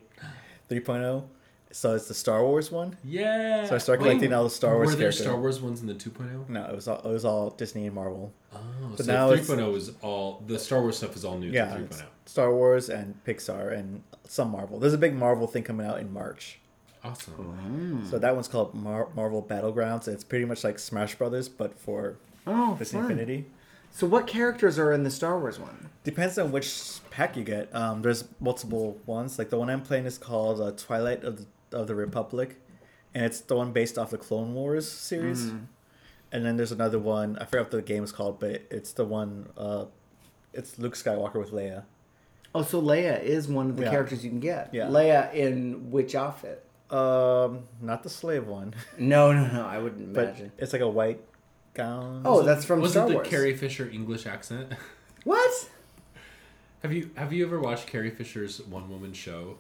[SPEAKER 1] 3.0. oh. So it's the Star Wars one.
[SPEAKER 3] yeah.
[SPEAKER 1] So I started collecting all the Star Wars
[SPEAKER 3] Were there
[SPEAKER 1] characters.
[SPEAKER 3] Star Wars ones in the 2.0?
[SPEAKER 1] No, it was all, it was all Disney and Marvel.
[SPEAKER 3] Oh,
[SPEAKER 1] But
[SPEAKER 3] so
[SPEAKER 1] now it's-
[SPEAKER 3] 3.0 is all the Star Wars stuff is all new to
[SPEAKER 1] yeah,
[SPEAKER 3] oh. 3.0.
[SPEAKER 1] it's Star Wars and Pixar and some Marvel. There's a big Marvel thing coming out in March.
[SPEAKER 3] Awesome.
[SPEAKER 1] So that one's called Mar- Marvel Battlegrounds. It's pretty much like Smash Brothers, but for
[SPEAKER 2] Oh,
[SPEAKER 1] Disney
[SPEAKER 2] fun.
[SPEAKER 1] Infinity.
[SPEAKER 2] So what characters are in the Star Wars one?
[SPEAKER 1] Depends on which pack you get. Um, there's multiple ones. Like the one I'm playing is called uh, Twilight of the, of the Republic, and it's the one based off the Clone Wars series. And then there's another one. I forgot what the game is called, but it's the one. Uh, it's Luke Skywalker with Leia.
[SPEAKER 2] Oh, so Leia is one of the
[SPEAKER 1] Yeah.
[SPEAKER 2] characters you can get.
[SPEAKER 1] Yeah.
[SPEAKER 2] Leia in which outfit?
[SPEAKER 1] Um, not the slave one,
[SPEAKER 2] No, no, no. I wouldn't
[SPEAKER 1] but
[SPEAKER 2] imagine.
[SPEAKER 1] <laughs> it's like a white gown.
[SPEAKER 2] oh, that's from
[SPEAKER 3] Wasn't
[SPEAKER 2] Star
[SPEAKER 3] the
[SPEAKER 2] Wars.
[SPEAKER 3] Carrie Fisher English accent? <laughs>
[SPEAKER 2] What?
[SPEAKER 3] have you have you ever watched Carrie Fisher's one woman show?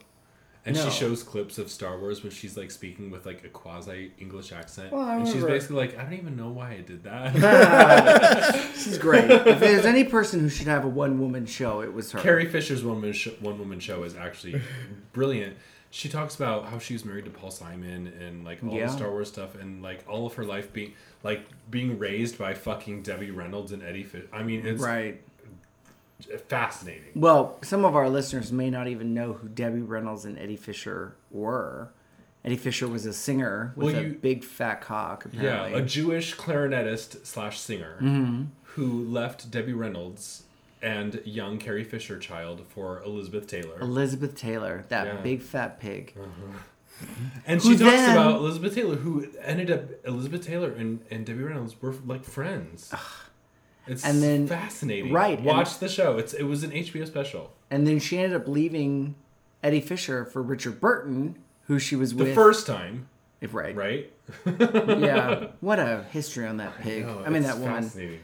[SPEAKER 3] And
[SPEAKER 2] No.
[SPEAKER 3] she shows clips of Star Wars when she's like speaking with like a quasi English accent,
[SPEAKER 2] Well, I
[SPEAKER 3] and she's
[SPEAKER 2] remember-
[SPEAKER 3] basically like, "I don't even know why I
[SPEAKER 2] <laughs>
[SPEAKER 3] did that." <laughs>
[SPEAKER 2] She's great. if there's any person who should have a one-woman show, it was her.
[SPEAKER 3] Carrie Fisher's one woman sh- one woman show is actually brilliant. She talks about how she was married to Paul Simon and like all
[SPEAKER 2] Yeah.
[SPEAKER 3] the Star Wars stuff and like all of her life being like being raised by fucking Debbie Reynolds and Eddie. Fish. I mean, it's
[SPEAKER 2] Right.
[SPEAKER 3] fascinating.
[SPEAKER 2] Well, some of our listeners may not even know who Debbie Reynolds and Eddie Fisher were. Eddie Fisher was a singer with
[SPEAKER 3] Well,
[SPEAKER 2] a
[SPEAKER 3] you-
[SPEAKER 2] big fat cock,
[SPEAKER 3] Yeah,
[SPEAKER 2] apparently. Mm-hmm.
[SPEAKER 3] a Jewish clarinetist slash singer who left Debbie Reynolds and young Carrie Fisher child for Elizabeth Taylor.
[SPEAKER 2] Elizabeth Taylor, that
[SPEAKER 3] Yeah.
[SPEAKER 2] big fat pig.
[SPEAKER 3] And
[SPEAKER 2] Who
[SPEAKER 3] she talks
[SPEAKER 2] then-
[SPEAKER 3] about Elizabeth Taylor, who ended up Elizabeth Taylor and, and Debbie Reynolds were like friends. It's
[SPEAKER 2] And then-
[SPEAKER 3] fascinating.
[SPEAKER 2] right, and-
[SPEAKER 3] Watch the show. It's it was an HBO special.
[SPEAKER 2] And then she ended up leaving Eddie Fisher for Richard Burton, who she was
[SPEAKER 3] The
[SPEAKER 2] with.
[SPEAKER 3] first time,
[SPEAKER 2] if right.
[SPEAKER 3] right?
[SPEAKER 2] Yeah. <laughs> what a history on that pig. I,
[SPEAKER 3] Oh,
[SPEAKER 2] mean,
[SPEAKER 3] it's
[SPEAKER 2] that woman.
[SPEAKER 3] Fascinating.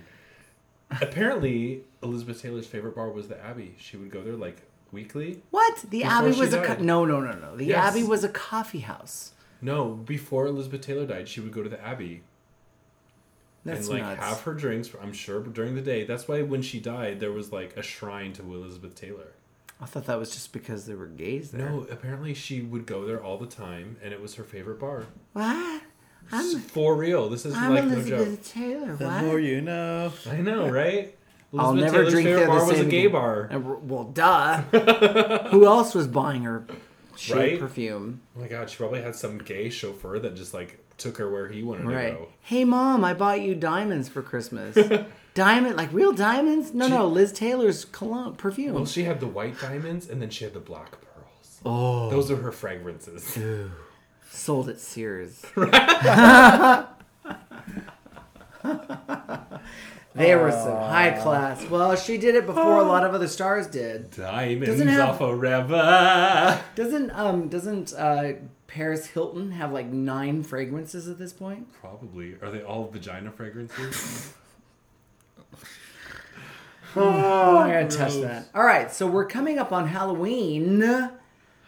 [SPEAKER 3] Apparently, Elizabeth Taylor's favorite bar was the Abbey. She would go there like weekly.
[SPEAKER 2] What? The
[SPEAKER 3] Before
[SPEAKER 2] Abbey
[SPEAKER 3] she
[SPEAKER 2] was a. Co-
[SPEAKER 3] died.
[SPEAKER 2] no, no, no, no. The
[SPEAKER 3] Yes.
[SPEAKER 2] Abbey was a coffee house.
[SPEAKER 3] No, before Elizabeth Taylor died, she would go to the Abbey
[SPEAKER 2] That's
[SPEAKER 3] and like
[SPEAKER 2] nuts.
[SPEAKER 3] have her drinks. I'm sure during the day. That's why when she died, there was like a shrine to Elizabeth Taylor.
[SPEAKER 2] I thought that was just because there were gays there.
[SPEAKER 3] No, apparently she would go there all the time, and it was her favorite bar.
[SPEAKER 2] What?
[SPEAKER 3] This is
[SPEAKER 2] I'm,
[SPEAKER 3] for real. This is
[SPEAKER 2] I'm
[SPEAKER 3] like no joke.
[SPEAKER 2] Elizabeth Taylor.
[SPEAKER 1] The
[SPEAKER 2] What?
[SPEAKER 1] more you know.
[SPEAKER 3] I know, right? Elizabeth
[SPEAKER 2] I'll never drink
[SPEAKER 3] favorite
[SPEAKER 2] there the
[SPEAKER 3] bar was a
[SPEAKER 2] same
[SPEAKER 3] gay
[SPEAKER 2] again.
[SPEAKER 3] bar.
[SPEAKER 2] And r- Well, duh.
[SPEAKER 3] <laughs>
[SPEAKER 2] Who else was buying her shea
[SPEAKER 3] Right?
[SPEAKER 2] perfume?
[SPEAKER 3] Oh my god, she probably had some gay chauffeur that just like took her where he wanted
[SPEAKER 2] Right.
[SPEAKER 3] to go.
[SPEAKER 2] Hey, mom, I bought you diamonds for
[SPEAKER 3] <laughs>
[SPEAKER 2] Christmas. Diamond, like real diamonds? No, no, Liz Taylor's cologne perfume.
[SPEAKER 3] Well, she had the white diamonds, and then she had the black pearls. Oh, those are her fragrances.
[SPEAKER 2] Sold at <laughs> Sears. they were some high class. Well, she did it before a lot of other stars did.
[SPEAKER 3] Diamonds
[SPEAKER 2] Doesn't have-
[SPEAKER 3] are forever.
[SPEAKER 2] Doesn't um doesn't uh Paris Hilton have like nine fragrances at this point?
[SPEAKER 3] Probably. Are they all vagina fragrances? <laughs>
[SPEAKER 2] Oh, I gotta touch
[SPEAKER 3] gross.
[SPEAKER 2] that. All right, so we're coming up on Halloween.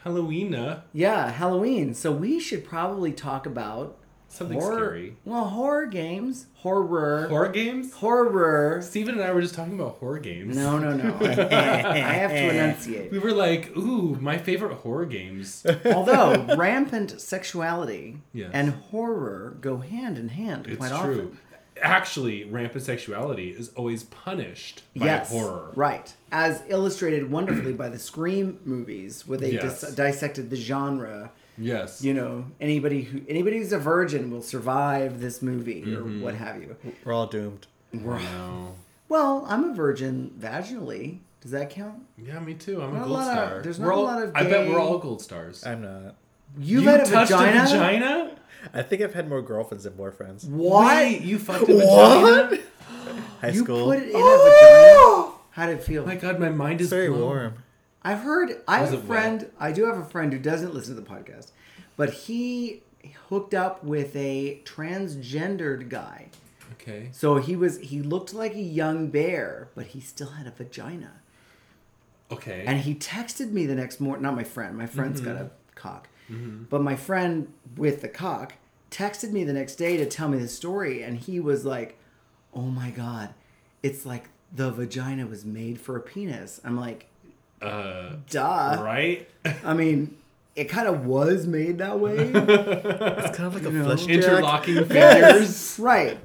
[SPEAKER 3] Halloweena.
[SPEAKER 2] Yeah, Halloween. So we should probably talk about
[SPEAKER 3] Something
[SPEAKER 2] horror-
[SPEAKER 3] scary.
[SPEAKER 2] Well, horror games, horror,
[SPEAKER 3] Horror games? <laughs>
[SPEAKER 2] horror.
[SPEAKER 3] Steven and I were just talking about horror games.
[SPEAKER 2] No, no, no. <laughs> I have to enunciate.
[SPEAKER 3] We were like, ooh, my favorite
[SPEAKER 2] <laughs>
[SPEAKER 3] horror games.
[SPEAKER 2] Although rampant sexuality
[SPEAKER 3] Yes.
[SPEAKER 2] and horror go hand in hand
[SPEAKER 3] It's
[SPEAKER 2] quite
[SPEAKER 3] true.
[SPEAKER 2] often.
[SPEAKER 3] Actually, rampant sexuality is always punished by
[SPEAKER 2] yes,
[SPEAKER 3] horror.
[SPEAKER 2] right. As illustrated wonderfully by the Scream movies, where they
[SPEAKER 3] Yes.
[SPEAKER 2] dis- dissected the genre.
[SPEAKER 3] Yes.
[SPEAKER 2] You know, anybody who anybody who's a virgin will survive this movie
[SPEAKER 3] Mm-hmm.
[SPEAKER 2] or what have you.
[SPEAKER 1] We're all doomed.
[SPEAKER 3] No.
[SPEAKER 2] Well, I'm a virgin vaginally. Does that count?
[SPEAKER 3] Yeah, me too. I'm
[SPEAKER 2] Not a
[SPEAKER 3] a gold
[SPEAKER 2] lot of-
[SPEAKER 3] star.
[SPEAKER 2] there's
[SPEAKER 3] We're
[SPEAKER 2] not a
[SPEAKER 3] all-
[SPEAKER 2] lot of
[SPEAKER 3] I bet
[SPEAKER 2] gay-
[SPEAKER 3] we're all gold stars.
[SPEAKER 1] I'm not.
[SPEAKER 2] You, had a
[SPEAKER 3] touched
[SPEAKER 2] vagina?
[SPEAKER 3] a vagina?
[SPEAKER 1] I think I've had more girlfriends than boyfriends.
[SPEAKER 2] What?
[SPEAKER 3] Wait, you fucked a vagina?
[SPEAKER 1] What? High
[SPEAKER 2] you
[SPEAKER 1] school.
[SPEAKER 2] put it in a vagina? How did it feel?
[SPEAKER 3] Oh my god, my mind is
[SPEAKER 1] it's very
[SPEAKER 3] blown.
[SPEAKER 1] warm.
[SPEAKER 2] I've heard. I have
[SPEAKER 3] Was
[SPEAKER 2] a
[SPEAKER 3] it wet?
[SPEAKER 2] friend. I do have a friend who doesn't listen to the podcast, but he hooked up with a transgendered guy.
[SPEAKER 3] Okay.
[SPEAKER 2] So he was. He looked like a young bear, but he still had a vagina.
[SPEAKER 3] Okay.
[SPEAKER 2] And he texted me the next morning. Not my friend. My friend's got a
[SPEAKER 3] Mm-hmm.
[SPEAKER 2] cock, but my friend with the cock texted me the next day to tell me the story, and he was like, "Oh my god, it's like the vagina was made for a penis." I'm like,
[SPEAKER 3] uh,
[SPEAKER 2] "Duh."
[SPEAKER 3] right? <laughs>
[SPEAKER 2] I mean, it kind of was made that way,
[SPEAKER 1] <laughs> It's kind of like a
[SPEAKER 2] You know.
[SPEAKER 1] flesh
[SPEAKER 2] <laughs>
[SPEAKER 1] jack.
[SPEAKER 3] Interlocking fingers.
[SPEAKER 2] right?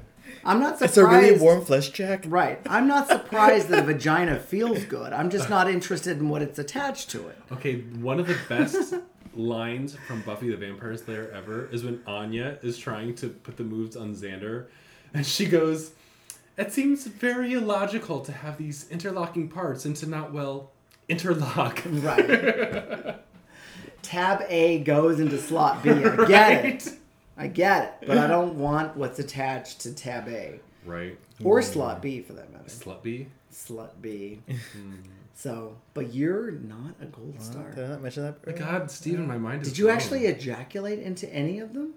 [SPEAKER 2] I'm not surprised.
[SPEAKER 1] It's a really warm flesh jack.
[SPEAKER 2] Right. I'm not surprised that a vagina feels good. I'm just not interested in what it's attached to it.
[SPEAKER 3] Okay, one of the best lines from Buffy the Vampire Slayer ever is when Anya is trying to put the moves on Xander, and she goes, It seems very illogical to have these interlocking parts and to not, well, interlock. <laughs>
[SPEAKER 2] Right. Tab A goes into slot B. I get it. I get it. But I don't want what's attached to tab A.
[SPEAKER 3] Right.
[SPEAKER 1] Mm.
[SPEAKER 2] Or slot B for that matter.
[SPEAKER 3] Slutby.
[SPEAKER 2] Slut B.
[SPEAKER 1] Mm-hmm.
[SPEAKER 2] So, but you're not a gold star.
[SPEAKER 1] Did I not mention that? earlier?
[SPEAKER 3] God, Steven, my mind is.
[SPEAKER 2] Did you
[SPEAKER 3] blown.
[SPEAKER 2] actually ejaculate into any of them?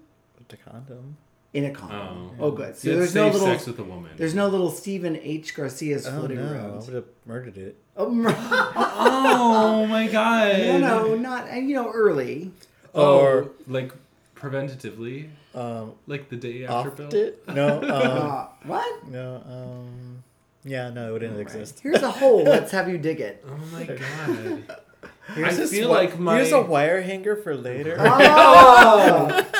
[SPEAKER 1] The condom.
[SPEAKER 2] In a condom.
[SPEAKER 3] Oh.
[SPEAKER 2] Oh, good. So
[SPEAKER 3] Did
[SPEAKER 2] there's no
[SPEAKER 3] safe
[SPEAKER 2] little
[SPEAKER 3] sex with a woman.
[SPEAKER 2] there's no little Stephen H. Garcia's
[SPEAKER 1] Oh
[SPEAKER 2] floating
[SPEAKER 1] no! I
[SPEAKER 2] around.
[SPEAKER 1] would have murdered it.
[SPEAKER 2] Oh, <laughs> no,
[SPEAKER 3] Oh my god.
[SPEAKER 2] no, not and you know early.
[SPEAKER 3] Or like preventatively,
[SPEAKER 1] Um,
[SPEAKER 3] like the day after
[SPEAKER 1] offed
[SPEAKER 3] Bill.
[SPEAKER 1] it? No.
[SPEAKER 3] Oh.
[SPEAKER 1] Um,
[SPEAKER 2] Uh, what?
[SPEAKER 1] no. Um, yeah, no, it didn't exist.
[SPEAKER 2] Here's a
[SPEAKER 3] <laughs>
[SPEAKER 2] hole. Let's have you dig it.
[SPEAKER 3] Oh <laughs> my god.
[SPEAKER 1] Here's
[SPEAKER 3] I
[SPEAKER 1] this
[SPEAKER 3] feel
[SPEAKER 1] wi-
[SPEAKER 3] like my-
[SPEAKER 1] Here's a wire hanger for later.
[SPEAKER 2] Oh,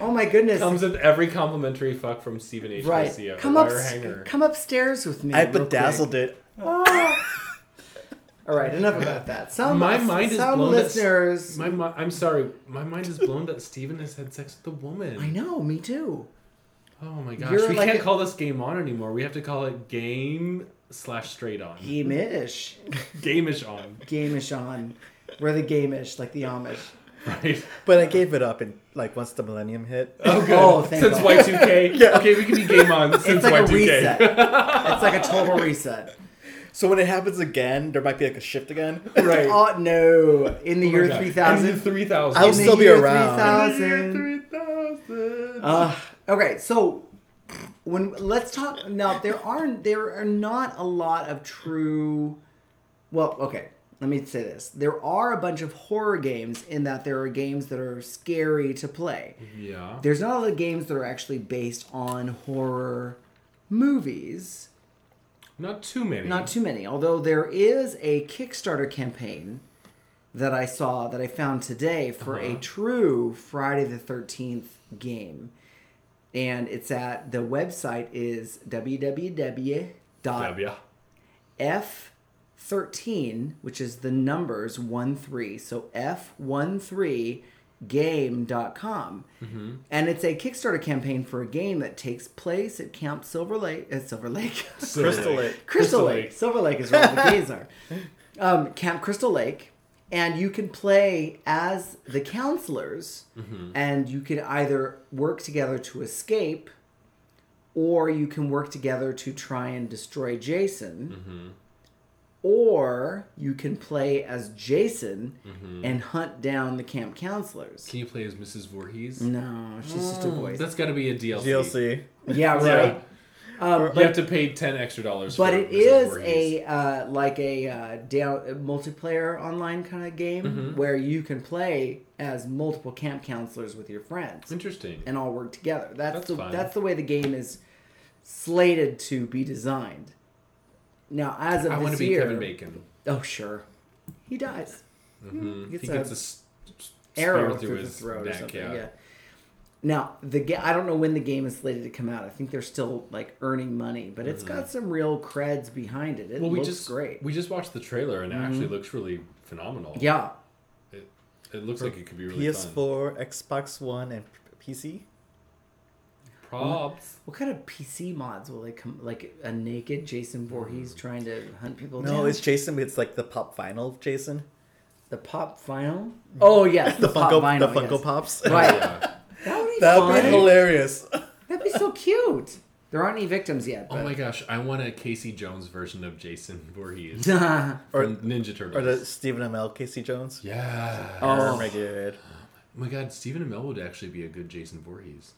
[SPEAKER 2] oh my goodness.
[SPEAKER 3] Comes with every complimentary fuck from Stephen H.
[SPEAKER 2] right.
[SPEAKER 3] Garcia.
[SPEAKER 2] Come
[SPEAKER 3] wire
[SPEAKER 2] up
[SPEAKER 3] hanger.
[SPEAKER 2] come upstairs with me.
[SPEAKER 1] I
[SPEAKER 2] real quick.
[SPEAKER 1] bedazzled it.
[SPEAKER 2] All right, enough about
[SPEAKER 3] <laughs>
[SPEAKER 2] that. Some
[SPEAKER 3] My mind is
[SPEAKER 2] some
[SPEAKER 3] blown that-
[SPEAKER 2] listeners
[SPEAKER 3] My, mi- I'm sorry. My mind is blown that Steven has had sex with a woman.
[SPEAKER 2] I know, me too.
[SPEAKER 3] Oh my gosh.
[SPEAKER 2] You're
[SPEAKER 3] we
[SPEAKER 2] like
[SPEAKER 3] can't
[SPEAKER 2] a-
[SPEAKER 3] call this game on anymore. We have to call it game slash straight on.
[SPEAKER 2] Gameish.
[SPEAKER 3] Gameish
[SPEAKER 2] <laughs>
[SPEAKER 3] on.
[SPEAKER 2] Gamish on. We're the gamish, like the Amish.
[SPEAKER 3] Right.
[SPEAKER 1] But I gave it up, and like once the millennium hit,
[SPEAKER 2] Oh, good. oh thank
[SPEAKER 3] Since
[SPEAKER 2] God. <laughs>
[SPEAKER 3] Y2K. Okay, we can be game on since
[SPEAKER 2] it's like a
[SPEAKER 3] Y2K.
[SPEAKER 2] reset. it's like a total reset.
[SPEAKER 1] so when it happens again, there might be like a shift again.
[SPEAKER 3] Right.
[SPEAKER 2] Oh no! In the year
[SPEAKER 3] God.
[SPEAKER 2] three
[SPEAKER 3] In the
[SPEAKER 2] thousand.
[SPEAKER 3] 3000.
[SPEAKER 1] I'll
[SPEAKER 2] In the
[SPEAKER 1] still be
[SPEAKER 2] year
[SPEAKER 1] around.
[SPEAKER 2] 3000.
[SPEAKER 3] 3000.
[SPEAKER 2] Uh, okay, so when let's talk now. There are there are not a lot of true. Well, okay. Let me say this: there are a bunch of horror games in that there are games that are scary to play.
[SPEAKER 3] yeah.
[SPEAKER 2] There's not a lot of games that are actually based on horror movies.
[SPEAKER 3] Not too many.
[SPEAKER 2] Not too many, although there is a Kickstarter campaign that I saw that I found today for a
[SPEAKER 3] Uh-huh.
[SPEAKER 2] true Friday the 13th game. And it's at the website is www.f13,
[SPEAKER 3] Yeah.
[SPEAKER 2] which is the numbers 1 3. So f13game.com. And it's a Kickstarter campaign for a game that takes place at Camp Silver Lake, at Silver Lake.
[SPEAKER 1] Crystal
[SPEAKER 2] Crystal
[SPEAKER 1] Lake.
[SPEAKER 3] Crystal
[SPEAKER 2] Lake.
[SPEAKER 3] Lake.
[SPEAKER 2] Silver Lake is where all the
[SPEAKER 3] <laughs>
[SPEAKER 2] gays are. Um, Camp Crystal Lake. And you can play as the counselors,
[SPEAKER 3] Mm-hmm.
[SPEAKER 2] and you can either work together to escape, or you can work together to try and destroy Jason,
[SPEAKER 3] Mm-hmm.
[SPEAKER 2] or you can play as Jason and hunt down the camp counselors.
[SPEAKER 3] Mm-hmm. Can Oh. you play as Mrs. Voorhees?
[SPEAKER 2] Mm. No, she's just a voice.
[SPEAKER 3] That's got to be a DLC.
[SPEAKER 1] DLC.
[SPEAKER 2] Yeah,
[SPEAKER 3] <laughs>
[SPEAKER 2] right.
[SPEAKER 3] Yeah. Um, you have to pay ten extra dollars.
[SPEAKER 2] But
[SPEAKER 3] for
[SPEAKER 2] it
[SPEAKER 3] Mrs.
[SPEAKER 2] is
[SPEAKER 3] Voorhees.
[SPEAKER 2] a uh, like a uh, down a multiplayer online kind of game
[SPEAKER 3] Mm-hmm.
[SPEAKER 2] where you can play as multiple camp counselors with your friends
[SPEAKER 3] interesting.
[SPEAKER 2] and all work together. That's,
[SPEAKER 3] That's
[SPEAKER 2] the
[SPEAKER 3] fine.
[SPEAKER 2] that's the way the game is slated to be designed. Now, as of
[SPEAKER 3] I want
[SPEAKER 2] this
[SPEAKER 3] to be
[SPEAKER 2] year,
[SPEAKER 3] Kevin Bacon.
[SPEAKER 2] oh sure, he dies.
[SPEAKER 3] Mhm.
[SPEAKER 2] Gets
[SPEAKER 3] he
[SPEAKER 2] a
[SPEAKER 3] gets a s- s-
[SPEAKER 2] arrow
[SPEAKER 3] spear
[SPEAKER 2] through, the
[SPEAKER 3] his
[SPEAKER 2] throat or
[SPEAKER 3] neck,
[SPEAKER 2] something. Yeah. Now the ga- I don't know when the game is slated to come out. I think they're still like earning money, but it's got some real creds behind it. It
[SPEAKER 3] Well, we
[SPEAKER 2] looks
[SPEAKER 3] just
[SPEAKER 2] great. Mm-hmm.
[SPEAKER 3] we just watched the trailer and it actually looks really phenomenal.
[SPEAKER 2] yeah,
[SPEAKER 3] it, it looks like it could be really fun.
[SPEAKER 1] PS4, Xbox One, and P- PC.
[SPEAKER 3] Props.
[SPEAKER 2] What kind of PC mods will they come? Like a naked Jason Voorhees trying to hunt people down?
[SPEAKER 1] No, it's Jason. It's like the pop vinyl Jason.
[SPEAKER 2] the pop vinyl. Oh yes,
[SPEAKER 1] The,
[SPEAKER 2] pop
[SPEAKER 1] Funko,
[SPEAKER 2] vinyl,
[SPEAKER 1] the Funko
[SPEAKER 2] yes.
[SPEAKER 1] Pops.
[SPEAKER 2] <laughs> Right, <laughs>
[SPEAKER 3] Yeah.
[SPEAKER 2] that would be
[SPEAKER 1] That'd
[SPEAKER 2] fun.
[SPEAKER 1] be hilarious.
[SPEAKER 2] That'd be so cute. There aren't any victims yet.
[SPEAKER 3] Oh my
[SPEAKER 2] But...
[SPEAKER 3] gosh! I want a Casey Jones version of Jason
[SPEAKER 2] <laughs>
[SPEAKER 3] Voorhees
[SPEAKER 2] god.
[SPEAKER 3] or Ninja Turtles.
[SPEAKER 1] or the Stephen ML Casey Jones.
[SPEAKER 3] yeah. Oh
[SPEAKER 1] Or
[SPEAKER 2] oh
[SPEAKER 1] regulated.
[SPEAKER 3] my God, Stephen Amell would actually be a good Jason Voorhees.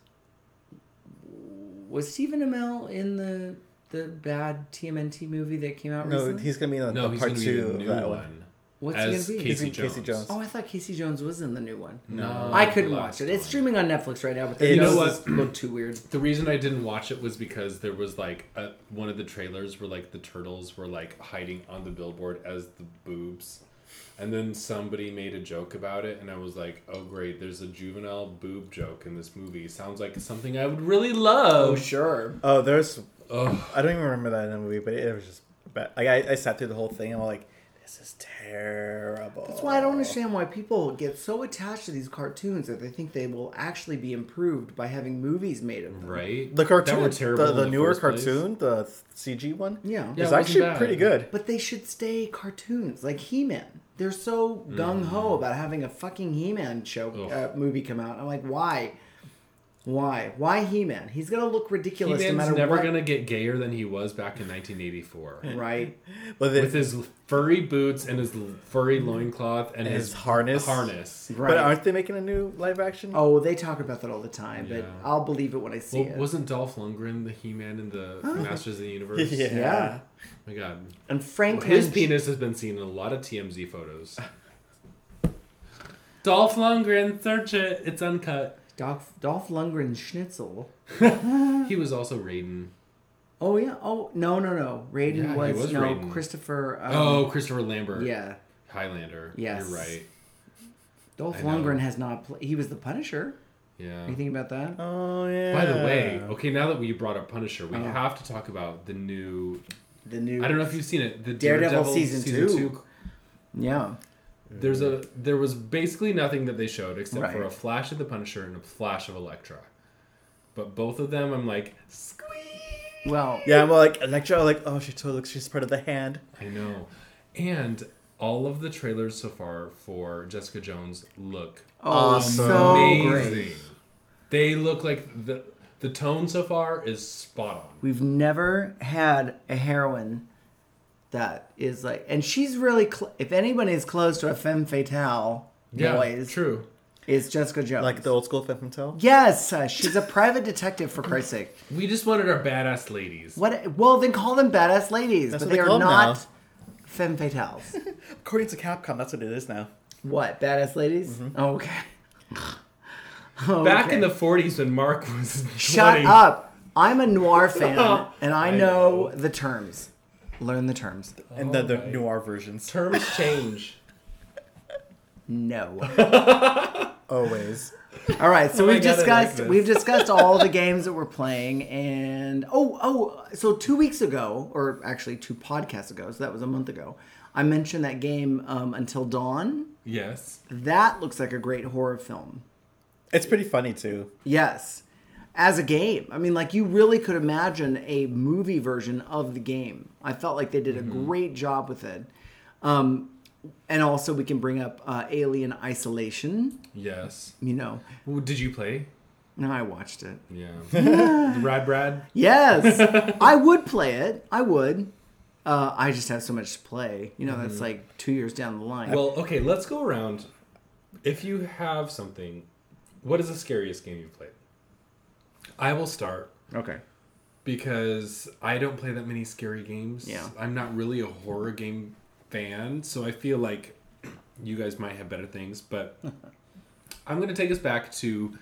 [SPEAKER 2] was Stephen Amell in the the bad TMNT movie that came out
[SPEAKER 1] No,
[SPEAKER 2] recently?
[SPEAKER 1] he's gonna be in the,
[SPEAKER 3] No,
[SPEAKER 1] the
[SPEAKER 3] he's
[SPEAKER 1] part
[SPEAKER 3] going to be
[SPEAKER 1] two
[SPEAKER 3] in the
[SPEAKER 1] of
[SPEAKER 3] new
[SPEAKER 1] that
[SPEAKER 3] one.
[SPEAKER 1] one.
[SPEAKER 2] What's
[SPEAKER 3] as
[SPEAKER 2] he gonna be?
[SPEAKER 1] Casey-
[SPEAKER 3] Casey,
[SPEAKER 1] Casey
[SPEAKER 3] Jones.
[SPEAKER 1] Jones.
[SPEAKER 2] Oh, I thought Casey Jones was in the new one.
[SPEAKER 3] No,
[SPEAKER 2] I couldn't watch
[SPEAKER 3] last
[SPEAKER 2] it. It's
[SPEAKER 3] one.
[SPEAKER 2] streaming on Netflix right now, but the
[SPEAKER 1] You
[SPEAKER 3] know
[SPEAKER 2] noses look too weird.
[SPEAKER 3] The reason I didn't watch it was because there was like a, one of the trailers where like the turtles were like hiding on the billboard as the boobs, and then somebody made a joke about it, and I was like, "Oh great, there's a juvenile boob joke in this movie. Sounds like something I would really
[SPEAKER 2] Oh
[SPEAKER 3] love."
[SPEAKER 2] sure.
[SPEAKER 1] Oh, there's.
[SPEAKER 3] Ugh.
[SPEAKER 1] I don't even remember that in the movie, but it, was just. Bad. Like I, I sat through the whole thing and I'm like, This is terrible.
[SPEAKER 2] That's why I don't understand why people get so attached to these cartoons that they think they will actually be improved by having movies made of them.
[SPEAKER 3] right?
[SPEAKER 1] The cartoon,
[SPEAKER 3] that were terrible.
[SPEAKER 1] the,
[SPEAKER 3] in
[SPEAKER 1] the newer
[SPEAKER 3] first place.
[SPEAKER 1] cartoon, the CG one,
[SPEAKER 2] Yeah.
[SPEAKER 1] is
[SPEAKER 3] Yeah, it wasn't
[SPEAKER 1] actually
[SPEAKER 3] bad.
[SPEAKER 1] pretty good.
[SPEAKER 2] But they should stay cartoons, like He Man. They're so gung ho about having a fucking He Man show uh,
[SPEAKER 3] Mm-hmm. Ugh.
[SPEAKER 2] movie come out. I'm like, why? Why? Why He Man? He's gonna look ridiculous
[SPEAKER 3] He-Man's
[SPEAKER 2] no matter
[SPEAKER 3] never
[SPEAKER 2] what.
[SPEAKER 3] gonna get gayer than he was back in 1984.
[SPEAKER 2] Right.
[SPEAKER 1] But then,
[SPEAKER 3] With his furry boots and his furry loincloth and,
[SPEAKER 1] his harness.
[SPEAKER 3] Harness.
[SPEAKER 2] Right.
[SPEAKER 1] but aren't they making a new live action?
[SPEAKER 2] Oh, they talk about that all the time, but
[SPEAKER 3] Yeah.
[SPEAKER 2] I'll believe it when I see
[SPEAKER 3] Well,
[SPEAKER 2] it.
[SPEAKER 3] wasn't Dolph Lundgren the He-Man in the Masters of the Universe?
[SPEAKER 1] <laughs> <laughs> yeah.
[SPEAKER 2] yeah.
[SPEAKER 3] Oh my God,
[SPEAKER 2] And Frank
[SPEAKER 3] his
[SPEAKER 2] Mangini-
[SPEAKER 3] penis has been seen in a lot of TMZ photos. Dolph Lundgren, search it. It's uncut.
[SPEAKER 2] Dolph, Dolph Lundgren Schnitzel.
[SPEAKER 3] He was also Raiden.
[SPEAKER 2] Oh yeah. Oh no no no. Raiden
[SPEAKER 3] Yeah, he
[SPEAKER 2] was,
[SPEAKER 3] was
[SPEAKER 2] no
[SPEAKER 3] Raiden.
[SPEAKER 2] Christopher. Um,
[SPEAKER 3] Oh, Christopher Lambert.
[SPEAKER 2] yeah.
[SPEAKER 3] Highlander.
[SPEAKER 2] Yes.
[SPEAKER 3] You're right.
[SPEAKER 2] Dolph
[SPEAKER 3] I know.
[SPEAKER 2] Lundgren has not. Pl- he was the Punisher.
[SPEAKER 3] Yeah.
[SPEAKER 2] You think about that?
[SPEAKER 1] Oh yeah.
[SPEAKER 3] By the way, okay, now that we brought up Punisher, we
[SPEAKER 2] Oh.
[SPEAKER 3] have to talk about the new.
[SPEAKER 2] The new.
[SPEAKER 3] I don't know if you've seen it. The
[SPEAKER 2] Daredevil
[SPEAKER 3] Daredevil,
[SPEAKER 2] season
[SPEAKER 3] season,
[SPEAKER 2] two.
[SPEAKER 3] two.
[SPEAKER 2] Yeah.
[SPEAKER 3] There's a there was basically nothing that they showed except for
[SPEAKER 2] Right.
[SPEAKER 3] a flash of the Punisher and a flash of Elektra. But both of them, I'm like, squeak.
[SPEAKER 2] Well.
[SPEAKER 1] yeah, well, like Electra, like oh, she totally looks. She's part of the hand.
[SPEAKER 3] I know. And all of the trailers so far for Jessica Jones look
[SPEAKER 2] Oh,
[SPEAKER 1] Awesome.
[SPEAKER 2] so
[SPEAKER 3] amazing.
[SPEAKER 2] great.
[SPEAKER 3] They look like the the tone so far is spot on.
[SPEAKER 2] We've never had a heroine that is like, and she's really. Cl- if anyone is close to a femme fatale,
[SPEAKER 3] Yeah,
[SPEAKER 2] noise,
[SPEAKER 3] true.
[SPEAKER 2] is Jessica Jones.
[SPEAKER 1] Like the old school Phantom Tell.
[SPEAKER 2] Yes, uh, she's a private detective for Christ's sake.
[SPEAKER 3] We just wanted our badass ladies.
[SPEAKER 2] What? Well, then call them badass ladies,
[SPEAKER 1] That's
[SPEAKER 2] but they,
[SPEAKER 1] what they
[SPEAKER 2] are
[SPEAKER 1] call them
[SPEAKER 2] not
[SPEAKER 1] now.
[SPEAKER 2] femme fatales.
[SPEAKER 1] According to Capcom, that's what it is now.
[SPEAKER 2] what? Badass ladies? Mm-hmm. Oh, Okay.
[SPEAKER 3] Back
[SPEAKER 2] Okay.
[SPEAKER 3] in the 40s when Mark was 20.
[SPEAKER 2] Shut up. I'm a noir
[SPEAKER 1] <laughs>
[SPEAKER 2] fan,
[SPEAKER 1] Oh.
[SPEAKER 2] and I
[SPEAKER 3] I
[SPEAKER 2] know
[SPEAKER 3] know.
[SPEAKER 2] the terms. Learn the terms.
[SPEAKER 1] and the, the
[SPEAKER 3] Alright.
[SPEAKER 1] noir versions. <laughs>
[SPEAKER 3] Terms change.
[SPEAKER 2] No.
[SPEAKER 1] Always.
[SPEAKER 2] All right,
[SPEAKER 1] <laughs>
[SPEAKER 2] so
[SPEAKER 1] Oh my
[SPEAKER 2] we've
[SPEAKER 1] God, I like
[SPEAKER 2] discussed
[SPEAKER 1] this.
[SPEAKER 2] we've discussed all
[SPEAKER 1] <laughs>
[SPEAKER 2] the games that we're playing, and oh oh, so two weeks ago, or actually two podcasts ago, so that was a month ago, I mentioned that game um, Until Dawn.
[SPEAKER 3] yes.
[SPEAKER 2] That looks like a great horror film.
[SPEAKER 1] It's pretty funny too.
[SPEAKER 2] Yes, as a game. I mean, like you really could imagine a movie version of the game. I felt like they did a great job with it. Um, and also, we can bring up uh, Alien Isolation.
[SPEAKER 3] Yes.
[SPEAKER 2] You know,
[SPEAKER 3] Well, Did you play?
[SPEAKER 2] no, I watched it.
[SPEAKER 3] Yeah. The Rad Brad?
[SPEAKER 2] <laughs> Yes, I would play it. I would. Uh, I just have so much to play. You know, that's like two years down the line.
[SPEAKER 3] Well, okay, let's go around. If you have something, what is the scariest game you've played? I will start
[SPEAKER 2] okay.
[SPEAKER 3] because I don't play that many scary games.
[SPEAKER 2] Yeah.
[SPEAKER 3] I'm not really a horror game fan, so I feel like you guys might have better things, but I'm going to take us back to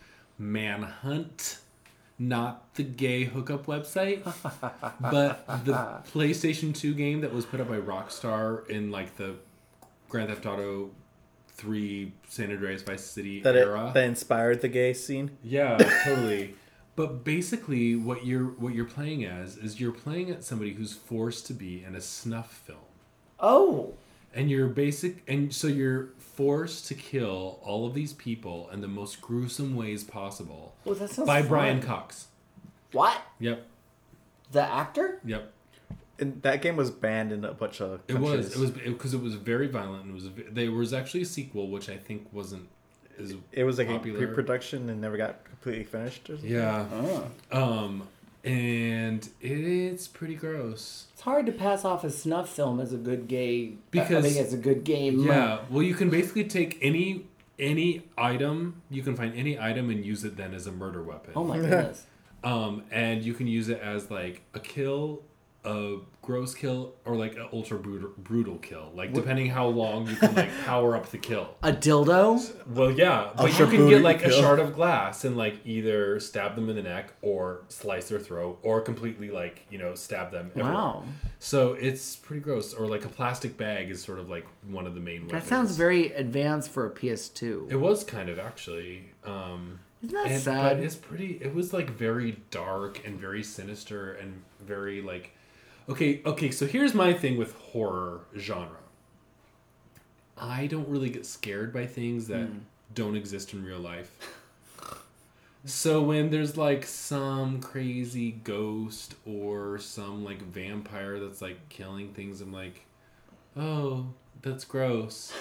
[SPEAKER 3] Manhunt, not the gay hookup website, but the PlayStation 2 game that was put up by Rockstar in like the Grand Theft Auto 3 San Andreas Vice City
[SPEAKER 1] That it,
[SPEAKER 3] era.
[SPEAKER 1] that inspired the gay scene.
[SPEAKER 3] Yeah, totally. But basically, what you're what you're playing as is you're playing at somebody who's forced to be in a snuff film,
[SPEAKER 2] Oh,
[SPEAKER 3] and you're basic, and so you're forced to kill all of these people in the most gruesome ways possible
[SPEAKER 2] well, that sounds
[SPEAKER 3] by
[SPEAKER 2] fun.
[SPEAKER 3] Brian Cox.
[SPEAKER 2] What
[SPEAKER 3] Yep,
[SPEAKER 2] the actor?
[SPEAKER 3] yep.
[SPEAKER 1] And that game was banned in a bunch of
[SPEAKER 3] It was
[SPEAKER 1] countries.
[SPEAKER 3] it was because it was very violent. And it was v- there was actually a sequel which I think wasn't is
[SPEAKER 1] It was like
[SPEAKER 3] popular.
[SPEAKER 1] a pre-production and never got completely finished. Or something.
[SPEAKER 3] yeah.
[SPEAKER 1] Ah.
[SPEAKER 3] Um, and it's pretty gross.
[SPEAKER 2] It's hard to pass off a snuff film as a good gay uh,
[SPEAKER 3] Because-
[SPEAKER 2] I think it's a good game.
[SPEAKER 3] Yeah. Well, you can basically take any any item you can find any item and use it then as a murder weapon.
[SPEAKER 2] Oh my goodness.
[SPEAKER 3] Um, and you can use it as like a kill, a gross kill, or like an ultra brutal, brutal kill. Like depending how long you can like power up the kill.
[SPEAKER 2] A dildo?
[SPEAKER 3] Well, yeah, but
[SPEAKER 1] Ultra
[SPEAKER 3] you can get
[SPEAKER 1] brutal
[SPEAKER 3] like
[SPEAKER 1] kill.
[SPEAKER 3] a shard of glass and like either stab them in the neck or slice their throat or completely like you know stab them. everywhere.
[SPEAKER 2] Wow.
[SPEAKER 3] So it's pretty gross. Or like a plastic bag is sort of like one of the main.
[SPEAKER 2] That
[SPEAKER 3] weapons.
[SPEAKER 2] sounds very advanced for a PS2.
[SPEAKER 3] It was kind of actually. Um,
[SPEAKER 2] Isn't that
[SPEAKER 3] and-
[SPEAKER 2] sad?
[SPEAKER 3] But it's pretty. It was like very dark and very sinister and very like. Okay, okay. So here's my thing with horror genre. I don't really get scared by things that don't exist in real life. So when there's like some crazy ghost or some like vampire that's like killing things, I'm like, oh, that's gross.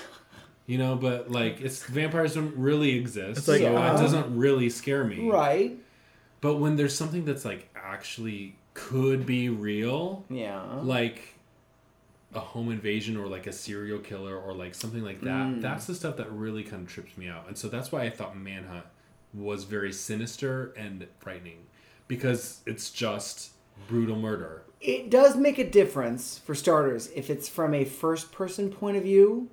[SPEAKER 3] You know, but like it's vampires don't really exist,
[SPEAKER 1] like,
[SPEAKER 3] so
[SPEAKER 1] uh,
[SPEAKER 3] it doesn't really scare me.
[SPEAKER 2] Right.
[SPEAKER 3] But when there's something that's like actually could be real,
[SPEAKER 2] Yeah.
[SPEAKER 3] like a home invasion or like a serial killer or like something like that.
[SPEAKER 2] Mm.
[SPEAKER 3] That's the stuff that really kind of trips me out. And so that's why I thought Manhunt was very sinister and frightening because it's just brutal murder.
[SPEAKER 2] It does make a difference for starters if it's from a first person point of view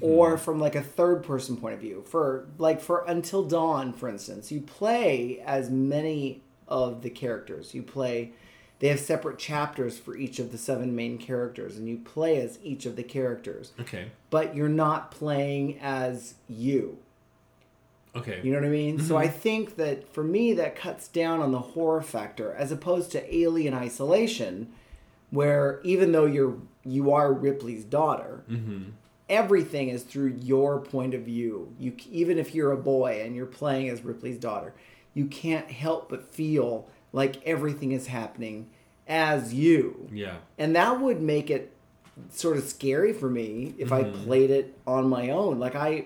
[SPEAKER 2] or from like a third person point of view. For like for Until Dawn, for instance, you play as many of the characters. You play they have separate chapters for each of the seven main characters and you play as each of the characters,
[SPEAKER 3] Okay.
[SPEAKER 2] but you're not playing as you.
[SPEAKER 3] Okay.
[SPEAKER 2] You know what I mean? So I think that for me, that cuts down on the horror factor as opposed to Alien Isolation, where even though you're you are Ripley's daughter, everything is through your point of view. You c- even if you're a boy and you're playing as Ripley's daughter, you can't help but feel like everything is happening as you.
[SPEAKER 3] yeah.
[SPEAKER 2] And that would make it sort of scary for me if
[SPEAKER 3] Mm-hmm.
[SPEAKER 2] I played it on my own. Like I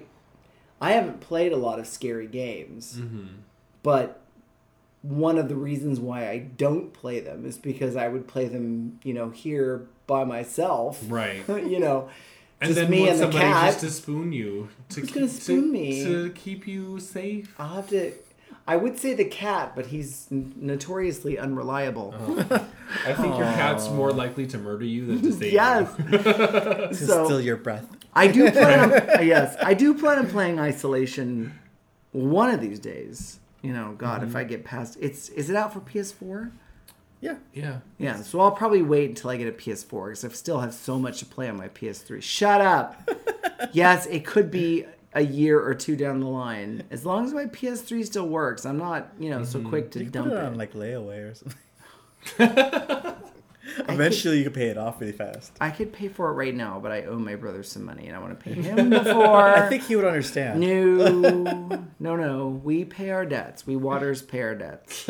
[SPEAKER 2] I haven't played a lot of scary games.
[SPEAKER 3] Mm-hmm.
[SPEAKER 2] But one of the reasons why I don't play them is because I would play them, you know, here by myself.
[SPEAKER 3] Right.
[SPEAKER 2] <laughs> you know,
[SPEAKER 3] And
[SPEAKER 2] just
[SPEAKER 3] then
[SPEAKER 2] me
[SPEAKER 3] want
[SPEAKER 2] and the
[SPEAKER 3] somebody
[SPEAKER 2] cat.
[SPEAKER 3] just to spoon you to
[SPEAKER 2] Who's
[SPEAKER 3] keep,
[SPEAKER 2] gonna spoon
[SPEAKER 3] to,
[SPEAKER 2] me?
[SPEAKER 3] to keep you safe.
[SPEAKER 2] I'll have to I would say the cat, but he's n- notoriously unreliable.
[SPEAKER 3] Oh. I think your cat's more likely to murder you
[SPEAKER 1] <laughs>
[SPEAKER 3] than to save <laughs>
[SPEAKER 2] Yes.
[SPEAKER 3] you.
[SPEAKER 1] To
[SPEAKER 2] so
[SPEAKER 1] steal your breath.
[SPEAKER 2] I
[SPEAKER 1] <laughs>
[SPEAKER 2] do plan on, yes, I do plan on playing Isolation one of these days. You know, God,
[SPEAKER 1] Mm-hmm.
[SPEAKER 2] if I get past it's is it out for PS4?
[SPEAKER 1] Yeah.
[SPEAKER 3] Yeah.
[SPEAKER 2] Yeah, so I'll probably wait until I get a PS4 because I still have so much to play on my PS3. Shut
[SPEAKER 1] <laughs>
[SPEAKER 2] up. yes, it could be a year or two down the line. As long as my PS3 still works, I'm not, you know, so quick to
[SPEAKER 1] Mm-hmm. You can
[SPEAKER 2] dump
[SPEAKER 1] put
[SPEAKER 2] it.
[SPEAKER 1] it on like layaway or something.
[SPEAKER 3] <laughs>
[SPEAKER 1] <laughs> Eventually, you can pay it off really fast.
[SPEAKER 2] I could pay for it right now, but I owe my brother some money and I want to pay him before.
[SPEAKER 1] <laughs> I think he would understand. <laughs>
[SPEAKER 2] No, no, no. We pay our debts. We waters pay our
[SPEAKER 1] <laughs>
[SPEAKER 2] debts.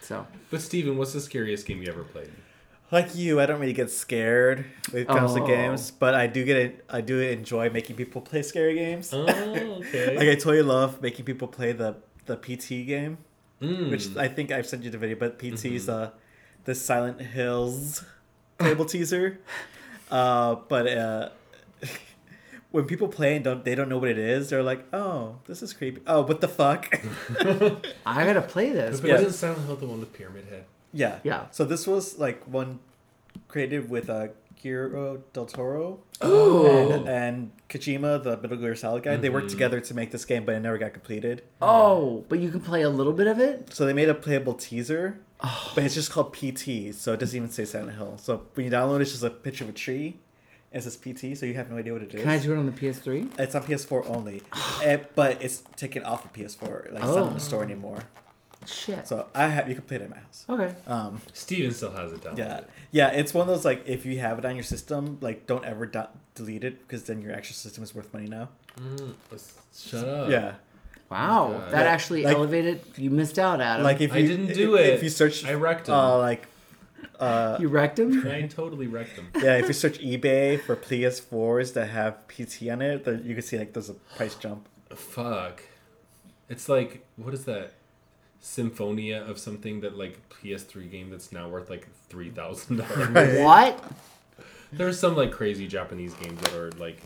[SPEAKER 2] So
[SPEAKER 3] But Steven, what's the scariest game you ever played?
[SPEAKER 1] Like you, I don't really get scared when it comes
[SPEAKER 2] Oh.
[SPEAKER 1] to games, but I do get it. I do enjoy making people play scary games.
[SPEAKER 3] Oh, okay.
[SPEAKER 1] Like I totally love making people play the the PT game, which I think I've sent you the video. But PT's uh, the Silent Hills table teaser. Uh, but uh, <laughs> when people play and don't they don't know what it is, they're like, "Oh, this is creepy. Oh, what the fuck." <laughs>
[SPEAKER 2] I gotta play this.
[SPEAKER 3] But
[SPEAKER 1] Yeah.
[SPEAKER 3] isn't Silent Hill the one with Pyramid Head?
[SPEAKER 1] Yeah.
[SPEAKER 2] Yeah.
[SPEAKER 1] So this was like one created with uh, Guillermo del Toro and, and Kojima, the Metal Gear Solid guy. They worked together to make this game, but it never got completed.
[SPEAKER 2] Oh, but you can play a little bit of it.
[SPEAKER 1] So they made a playable teaser,
[SPEAKER 2] Oh.
[SPEAKER 1] but it's just called PT, so it doesn't even say Silent Hill. So when you download it, it's just a picture of a tree. and It says PT, so you have no idea what it is.
[SPEAKER 2] Can I do it on the PS3?
[SPEAKER 1] It's on PS4
[SPEAKER 2] <sighs>
[SPEAKER 1] only, Eh, but it's taken off of PS4. Like it's not
[SPEAKER 2] Oh. Oh.
[SPEAKER 1] in the store anymore.
[SPEAKER 2] Shit.
[SPEAKER 1] So I have you can play it at my house.
[SPEAKER 2] Okay.
[SPEAKER 3] <laughs> Steven still has it down.
[SPEAKER 1] Yeah, yeah, it's one of those like if you have it on your system, like don't ever do- delete it because then your extra system is worth money now.
[SPEAKER 3] Shut up.
[SPEAKER 1] Yeah,
[SPEAKER 2] Wow, that
[SPEAKER 1] Yeah,
[SPEAKER 2] actually
[SPEAKER 1] like-
[SPEAKER 2] elevated. You missed out, Adam.
[SPEAKER 1] like if
[SPEAKER 3] Um, I
[SPEAKER 1] you
[SPEAKER 3] didn't do
[SPEAKER 1] if,
[SPEAKER 3] it.
[SPEAKER 1] If you search,
[SPEAKER 3] I wrecked
[SPEAKER 1] Uh,
[SPEAKER 3] him.
[SPEAKER 1] like
[SPEAKER 2] you wrecked
[SPEAKER 1] <laughs>
[SPEAKER 2] him.
[SPEAKER 3] I totally wrecked him.
[SPEAKER 1] yeah, if you search eBay for PS4s that have PT on it, then you can see like there's a price jump.
[SPEAKER 3] Fuck. It's like what is that? Symphonia of something that like PS3 game that's now worth like three thousand
[SPEAKER 1] <laughs>
[SPEAKER 3] dollars.
[SPEAKER 2] What?
[SPEAKER 3] There's some like crazy Japanese games that are like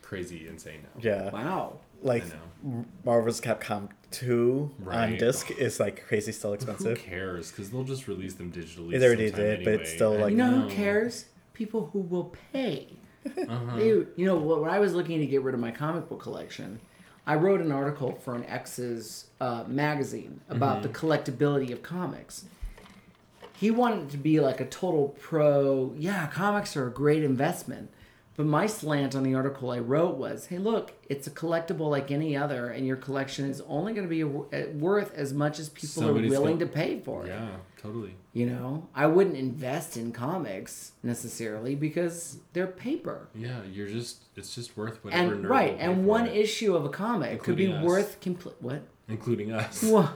[SPEAKER 3] crazy insane now.
[SPEAKER 1] Yeah,
[SPEAKER 2] Wow.
[SPEAKER 1] like
[SPEAKER 3] I know.
[SPEAKER 1] Marvel's Capcom Two on
[SPEAKER 3] Right.
[SPEAKER 1] disc is like crazy, still
[SPEAKER 3] Who
[SPEAKER 1] expensive.
[SPEAKER 3] cares? Because they'll just release them digitally.
[SPEAKER 1] They already
[SPEAKER 3] sometime
[SPEAKER 1] did, but it's
[SPEAKER 3] anyway.
[SPEAKER 1] still,
[SPEAKER 3] I
[SPEAKER 1] like-
[SPEAKER 2] You know who
[SPEAKER 3] know.
[SPEAKER 2] cares? People who will pay.
[SPEAKER 3] Uh-huh.
[SPEAKER 2] They- you know, when I was looking to get rid of my comic book collection, I wrote an article for an X's uh, magazine about
[SPEAKER 3] Mm-hmm.
[SPEAKER 2] the collectability of comics. He wanted it to be like a total pro, yeah, comics are a great investment. But my slant on the article I wrote was, hey, look, it's a collectible like any other, and your collection is only going to be w- uh, worth as much as people
[SPEAKER 3] Somebody's
[SPEAKER 2] are willing
[SPEAKER 3] go-
[SPEAKER 2] to pay for it.
[SPEAKER 3] Yeah, totally.
[SPEAKER 2] You know, I wouldn't invest in comics necessarily because they're paper.
[SPEAKER 3] Yeah, you're just it's just worth whatever.
[SPEAKER 2] And
[SPEAKER 3] nerd
[SPEAKER 2] right,
[SPEAKER 3] will pay
[SPEAKER 2] and
[SPEAKER 3] for
[SPEAKER 2] one
[SPEAKER 3] it,
[SPEAKER 2] issue of a comic could be
[SPEAKER 3] Including us.
[SPEAKER 2] worth complete what?
[SPEAKER 3] including us.
[SPEAKER 2] Wha-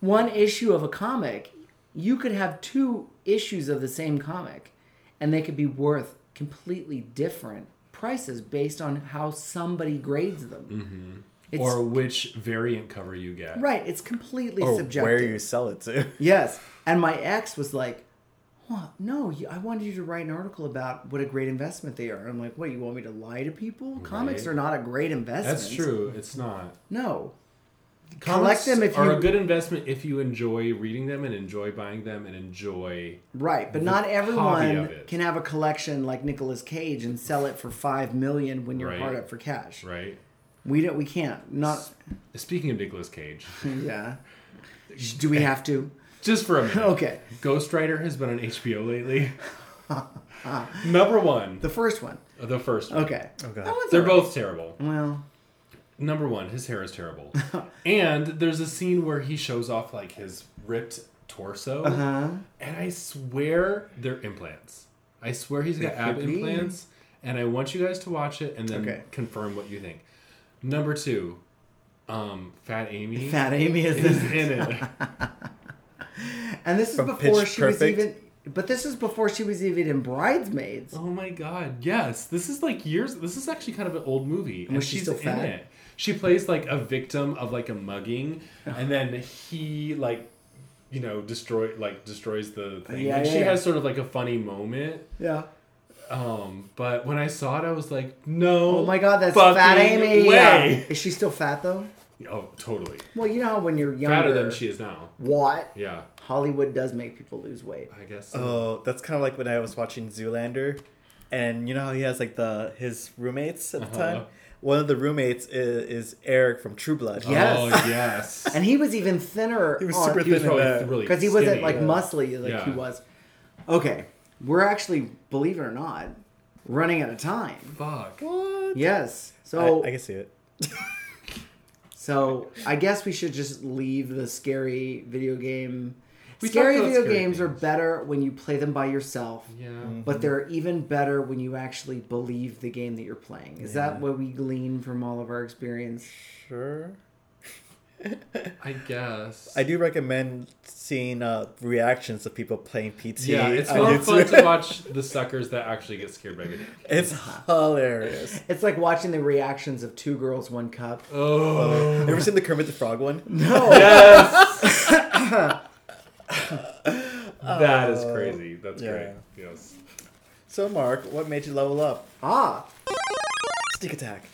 [SPEAKER 2] one issue of a comic, you could have two issues of the same comic, and they could be worth completely different prices based on how somebody grades them. <laughs> It's,
[SPEAKER 3] or which variant cover you get.
[SPEAKER 2] right, it's completely
[SPEAKER 1] Or
[SPEAKER 2] subjective.
[SPEAKER 1] where you sell it to.
[SPEAKER 2] Yes, and my ex was like, "What? No, you- I wanted you to write an article about what a great investment they are." And I'm like, "What? You want me to lie to people? Comics
[SPEAKER 3] Right.
[SPEAKER 2] are not a great investment."
[SPEAKER 3] That's true. It's not.
[SPEAKER 2] No,
[SPEAKER 3] Comics
[SPEAKER 2] collect them if
[SPEAKER 3] are
[SPEAKER 2] you
[SPEAKER 3] a good investment if you enjoy reading them and enjoy buying them and enjoy.
[SPEAKER 2] Right, but
[SPEAKER 3] the
[SPEAKER 2] not
[SPEAKER 3] hobby of
[SPEAKER 2] everyone
[SPEAKER 3] it.
[SPEAKER 2] can have a collection like Nicolas Cage and sell it for five million when you're
[SPEAKER 3] Right.
[SPEAKER 2] hard up for cash.
[SPEAKER 3] Right.
[SPEAKER 2] We don't. We can't. Not. <laughs>
[SPEAKER 3] Speaking of Nicolas Cage,
[SPEAKER 2] Yeah. Sh- Do we have to?
[SPEAKER 3] just for a minute.
[SPEAKER 2] Okay.
[SPEAKER 3] Ghost Rider has been on
[SPEAKER 2] <laughs>
[SPEAKER 3] HBO lately. Number one,
[SPEAKER 2] The first one.
[SPEAKER 3] the first. One.
[SPEAKER 2] Okay. Oh
[SPEAKER 1] God.
[SPEAKER 3] They're both terrible.
[SPEAKER 2] Well,
[SPEAKER 3] Number one, his hair
[SPEAKER 2] <laughs>
[SPEAKER 3] is terrible, <laughs> and there's a scene where he shows off like his ripped torso,
[SPEAKER 2] Uh-huh.
[SPEAKER 3] and I swear they're implants. I swear he's got ab
[SPEAKER 2] could be.
[SPEAKER 3] implants, and I want you guys to watch it and then
[SPEAKER 2] Okay.
[SPEAKER 3] confirm what you think. Number two, um, Fat Amy <laughs>
[SPEAKER 2] Fat Amy is. <laughs>
[SPEAKER 3] is in it.
[SPEAKER 2] and this is
[SPEAKER 1] From
[SPEAKER 2] before
[SPEAKER 1] Pitch
[SPEAKER 2] she
[SPEAKER 1] Perfect.
[SPEAKER 2] was even. But this is before she was even in Bridesmaids.
[SPEAKER 3] Oh my god, yes. This is like years this is actually kind of an old movie. And
[SPEAKER 2] was she still fat?
[SPEAKER 3] in it. She plays like a victim of like a mugging and then he like you know, destroy like destroys the thing.
[SPEAKER 2] Yeah,
[SPEAKER 3] and
[SPEAKER 2] yeah,
[SPEAKER 3] she
[SPEAKER 2] yeah.
[SPEAKER 3] has sort of like a funny moment.
[SPEAKER 2] Yeah.
[SPEAKER 3] Um, but when I saw it I was like, no.
[SPEAKER 2] Oh my God, that's
[SPEAKER 3] fucking
[SPEAKER 2] Fat Amy. Yeah.
[SPEAKER 3] Way.
[SPEAKER 2] Is she still fat though?
[SPEAKER 3] Oh, totally.
[SPEAKER 2] Well, you know how when you're younger.
[SPEAKER 3] Fatter than she is now.
[SPEAKER 2] What?
[SPEAKER 3] Yeah.
[SPEAKER 2] Hollywood does make people lose weight.
[SPEAKER 3] I guess so.
[SPEAKER 1] <laughs> Oh, that's kind of like when I was watching Zoolander, and you know how he has like the his roommates at the
[SPEAKER 3] Uh-huh.
[SPEAKER 1] time. One of the roommates is, is Eric from True Blood.
[SPEAKER 2] Yeah. yes.
[SPEAKER 3] Oh yes.
[SPEAKER 2] <laughs> And he was even thinner.
[SPEAKER 1] He was
[SPEAKER 2] on-
[SPEAKER 1] super
[SPEAKER 3] he was
[SPEAKER 1] thin in
[SPEAKER 3] probably
[SPEAKER 1] that.
[SPEAKER 3] really
[SPEAKER 2] because he wasn't
[SPEAKER 3] skinny.
[SPEAKER 2] like
[SPEAKER 3] Yeah.
[SPEAKER 2] muscly like he
[SPEAKER 3] Yeah.
[SPEAKER 2] was. Okay, we're actually, believe it or not, running out of time.
[SPEAKER 3] Fuck.
[SPEAKER 2] Yes, so
[SPEAKER 1] I, I can see it.
[SPEAKER 2] so I guess we should just leave the scary video game.
[SPEAKER 3] We
[SPEAKER 2] scary
[SPEAKER 3] talked about
[SPEAKER 2] video
[SPEAKER 3] scary
[SPEAKER 2] games are
[SPEAKER 3] games.
[SPEAKER 2] better when you play them by yourself.
[SPEAKER 3] Yeah.
[SPEAKER 2] But they're even better when you actually believe the game that you're playing. Is that what we glean from all of our experience?
[SPEAKER 1] Sure.
[SPEAKER 3] I guess.
[SPEAKER 2] Mm.
[SPEAKER 1] I do recommend seeing uh, reactions of people playing PT.
[SPEAKER 3] Yeah, it's
[SPEAKER 1] on
[SPEAKER 3] more fun
[SPEAKER 1] YouTube.
[SPEAKER 3] <laughs> to watch the suckers that actually get scared by video. games.
[SPEAKER 1] It's hilarious.
[SPEAKER 2] It's like watching the reactions of two girls, one cup.
[SPEAKER 3] Oh,
[SPEAKER 1] Ever seen the Kermit the Frog one?
[SPEAKER 3] <laughs> that is crazy. That's
[SPEAKER 1] Yeah.
[SPEAKER 3] great. Yes.
[SPEAKER 1] So, Mark, what made you level up?
[SPEAKER 2] Ah,
[SPEAKER 1] Sneak attack.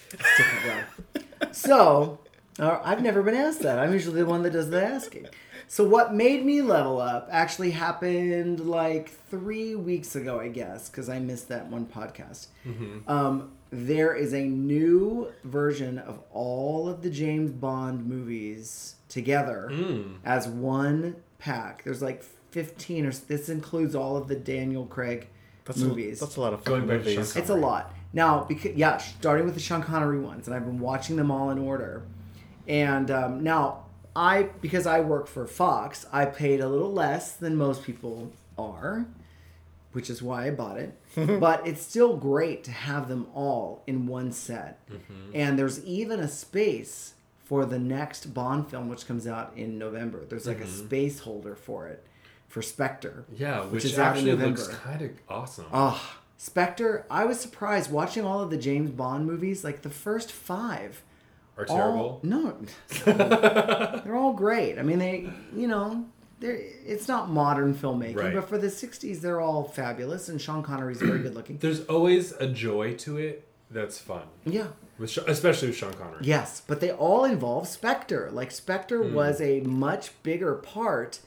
[SPEAKER 2] So, uh, I've never been asked that. I'm usually the one that does the asking. So, what made me level up actually happened like three weeks ago, I guess, because I missed that one podcast.
[SPEAKER 1] Mm-hmm.
[SPEAKER 2] Um, there is a new version of all of the James Bond movies together
[SPEAKER 1] Mm.
[SPEAKER 2] as one pack. There's like 15 or this includes all of the Daniel Craig
[SPEAKER 1] That's
[SPEAKER 2] movies.
[SPEAKER 1] A, that's a lot of
[SPEAKER 3] Going
[SPEAKER 1] fun
[SPEAKER 3] back to
[SPEAKER 1] movies.
[SPEAKER 3] Sean
[SPEAKER 2] It's a lot. Now, because yeah, starting with the Sean Connery ones, and I've been watching them all in order. And um, now I, because I work for Fox, I paid a little less than most people are, which is why I bought
[SPEAKER 3] <laughs>
[SPEAKER 2] it. but it's still great to have them all in one set.
[SPEAKER 3] Mm-hmm.
[SPEAKER 2] And there's even a space for the next Bond film, which comes out in November. There's like a space holder for it, for Spectre.
[SPEAKER 3] Mm-hmm. Yeah, which,
[SPEAKER 2] is out in
[SPEAKER 3] actually looks
[SPEAKER 2] November.
[SPEAKER 3] kind of awesome.
[SPEAKER 2] Ah, Spectre. I was surprised watching all of the James Bond movies. Like the first five,
[SPEAKER 3] Are
[SPEAKER 2] all-
[SPEAKER 3] terrible. <laughs>
[SPEAKER 2] no, they're all great. I mean, they, you know, they're it's not modern filmmaking,
[SPEAKER 3] Right.
[SPEAKER 2] but for the '60s, they're all fabulous. And Sean Connery's very good
[SPEAKER 3] <clears throat>
[SPEAKER 2] looking.
[SPEAKER 3] There's always a joy to it that's fun,
[SPEAKER 2] yeah.
[SPEAKER 3] with Sha- especially with Sean Connery.
[SPEAKER 2] Yes, but they all involve Spectre. Like Spectre
[SPEAKER 3] Hmm.
[SPEAKER 2] was a much bigger part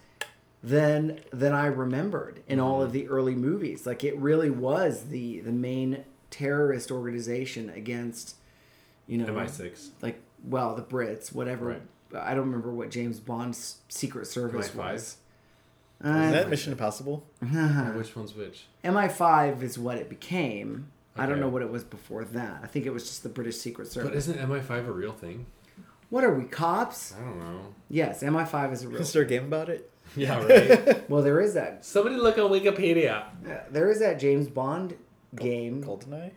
[SPEAKER 2] than than I remembered in all
[SPEAKER 3] Hmm.
[SPEAKER 2] of the early movies. Like it really was the the main terrorist organization against you know
[SPEAKER 3] MI6.
[SPEAKER 2] like well the Brits whatever.
[SPEAKER 3] Right.
[SPEAKER 2] I don't remember what James Bond's secret service
[SPEAKER 3] MI5?
[SPEAKER 2] was.
[SPEAKER 1] Is
[SPEAKER 2] Uh,
[SPEAKER 1] that Mission Impossible?
[SPEAKER 3] Which one's which?
[SPEAKER 2] MI5 is what it became. I don't
[SPEAKER 3] Okay.
[SPEAKER 2] know what it was before that. I think it was just the British Secret
[SPEAKER 3] But
[SPEAKER 2] Service.
[SPEAKER 3] isn't MI5 a real thing?
[SPEAKER 2] what are we cops?
[SPEAKER 3] I don't know.
[SPEAKER 2] Yes, MI5 is a real.
[SPEAKER 1] Is there a game about it?
[SPEAKER 3] Yeah, right.
[SPEAKER 2] well, there is that.
[SPEAKER 3] Somebody look on Wikipedia.
[SPEAKER 2] Uh, there is that James Bond game.
[SPEAKER 1] GoldenEye?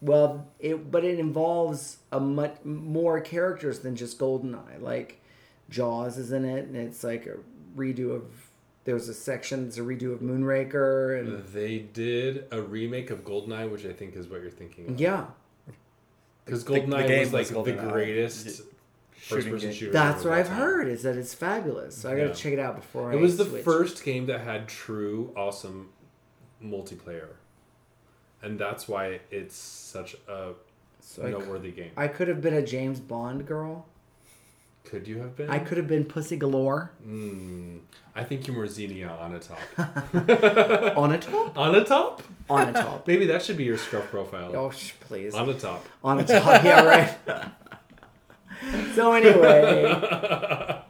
[SPEAKER 2] Well, it but it involves a much more characters than just Goldeneye. Like Jaws is in it, and it's like a redo of. There's a section that's a redo of Moonraker, and
[SPEAKER 3] They did a remake of Goldeneye, which I think is what you're thinking of.
[SPEAKER 2] yeah,
[SPEAKER 3] Because
[SPEAKER 1] the
[SPEAKER 3] Goldeneye
[SPEAKER 1] game
[SPEAKER 3] was like
[SPEAKER 1] was
[SPEAKER 3] the
[SPEAKER 1] GoldenEye.
[SPEAKER 3] greatest first person
[SPEAKER 1] game.
[SPEAKER 3] shooter.
[SPEAKER 2] that's
[SPEAKER 3] of
[SPEAKER 2] what
[SPEAKER 3] all
[SPEAKER 2] I've
[SPEAKER 3] time.
[SPEAKER 2] heard. Is that it's fabulous. So I gotta
[SPEAKER 3] Yeah.
[SPEAKER 2] check it out before I.
[SPEAKER 3] It was the
[SPEAKER 2] switch.
[SPEAKER 3] first game that had true awesome multiplayer. And that's why it's such a
[SPEAKER 2] I cou-
[SPEAKER 3] noteworthy game.
[SPEAKER 2] I could have been a James Bond girl.
[SPEAKER 3] could you have been?
[SPEAKER 2] I could have been Pussy Galore
[SPEAKER 3] I think you were Xenia on a top. <laughs>
[SPEAKER 2] on a top.
[SPEAKER 3] on a top?
[SPEAKER 2] On a top.
[SPEAKER 3] Maybe that should be your scruff profile.
[SPEAKER 2] Oh, sh- please.
[SPEAKER 3] On a top.
[SPEAKER 2] on a top. Yeah, right. <laughs> so anyway,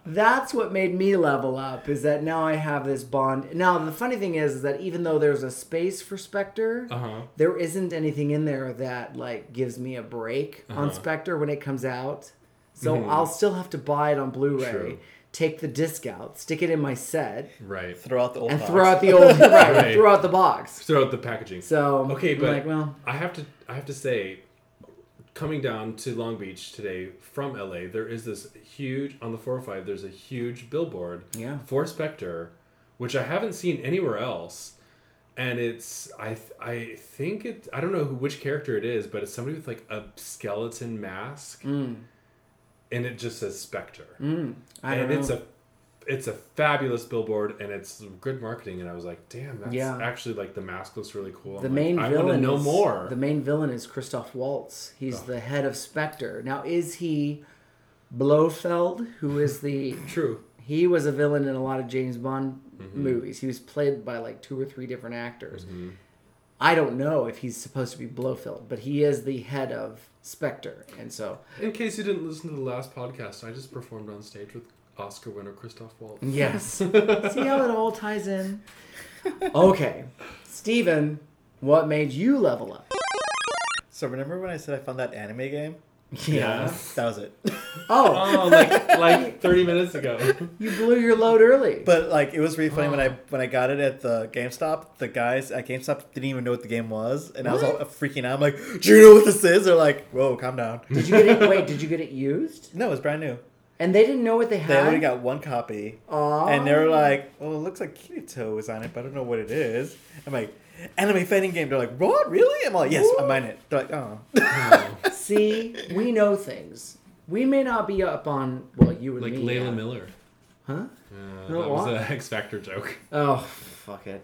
[SPEAKER 2] that's what made me level up. Is that now I have this bond. Now the funny thing is, is that even though there's a space for Spectre,
[SPEAKER 3] Uh-huh.
[SPEAKER 2] there isn't anything in there that like gives me a break
[SPEAKER 3] Uh-huh.
[SPEAKER 2] on Spectre when it comes out. So I'll still have to buy it on Blu-ray.
[SPEAKER 3] Mm-hmm. True.
[SPEAKER 2] Take the disc out, stick it in my set,
[SPEAKER 3] Right.
[SPEAKER 1] Throw out the old
[SPEAKER 2] and
[SPEAKER 1] box.
[SPEAKER 2] throw out the old <laughs> right,
[SPEAKER 3] Right.
[SPEAKER 2] throw out the box.
[SPEAKER 3] Throw out the packaging.
[SPEAKER 2] So
[SPEAKER 3] okay,
[SPEAKER 2] I'm
[SPEAKER 3] but
[SPEAKER 2] Um, like, well,
[SPEAKER 3] I have to I have to say, coming down to Long Beach today from LA, there is this huge on the 405. There's a huge billboard
[SPEAKER 2] Yeah.
[SPEAKER 3] for Spectre, which I haven't seen anywhere else. And it's I th- I think it I don't know who, which character it is, but it's somebody with like a skeleton mask,
[SPEAKER 2] Mm.
[SPEAKER 3] and it just says Spectre,
[SPEAKER 2] I
[SPEAKER 3] and
[SPEAKER 2] don't know.
[SPEAKER 3] it's a it's a fabulous billboard and it's good marketing and i was like damn that's
[SPEAKER 2] Yeah.
[SPEAKER 3] actually like the mask looks really cool I'm
[SPEAKER 2] The
[SPEAKER 3] like,
[SPEAKER 2] main
[SPEAKER 3] i
[SPEAKER 2] villain.
[SPEAKER 3] want to know
[SPEAKER 2] is,
[SPEAKER 3] more Oh.
[SPEAKER 2] The main villain is Christoph Waltz. He's the head of Spectre. Now, is he Blofeld, who is
[SPEAKER 3] <laughs>
[SPEAKER 2] the
[SPEAKER 3] true
[SPEAKER 2] he was a villain in a lot of James Bond
[SPEAKER 3] Mm-hmm.
[SPEAKER 2] movies. He was played by like two or three different actors. I don't know if he's supposed to be Blofeld, but he is the head of Spectre, and so
[SPEAKER 3] in case you didn't listen to the last podcast i just performed on stage with oscar winner christoph waltz <laughs>
[SPEAKER 2] yes, see how it all ties in. Okay, Steven, what made you level up?
[SPEAKER 1] So remember when I said I found that anime game?
[SPEAKER 2] <laughs> Yeah.
[SPEAKER 1] That was it. <laughs>
[SPEAKER 2] Oh,
[SPEAKER 3] oh like like 30 minutes
[SPEAKER 2] <laughs>
[SPEAKER 3] ago
[SPEAKER 2] you blew your load early.
[SPEAKER 1] but like it was really funny when I when I got it at the GameStop, the guys at GameStop didn't even know what the game was, and I was all freaking out. I'm like, "Do you know what this is?" They're like, "Whoa, calm down."
[SPEAKER 2] Did you get it? Wait, did you get it used?
[SPEAKER 1] no, it's brand new.
[SPEAKER 2] And they didn't know what they
[SPEAKER 1] They
[SPEAKER 2] had.
[SPEAKER 1] only got one copy,
[SPEAKER 2] Aw.
[SPEAKER 1] and they were like, "Well, it looks like Kirito is on it, but I don't know what it is." I'm like, "Anime fighting game." They're like, "What? Really?" I'm like, "Yes, I mine it." They're like, "Oh,
[SPEAKER 2] See, we know things. We may not be up on well, you and
[SPEAKER 3] like
[SPEAKER 2] me.
[SPEAKER 3] layla
[SPEAKER 2] yeah.
[SPEAKER 3] miller
[SPEAKER 2] huh?
[SPEAKER 3] uh,
[SPEAKER 2] No,
[SPEAKER 3] that was
[SPEAKER 2] what?
[SPEAKER 3] an <laughs> X Factor joke.
[SPEAKER 2] Oh, fuck it.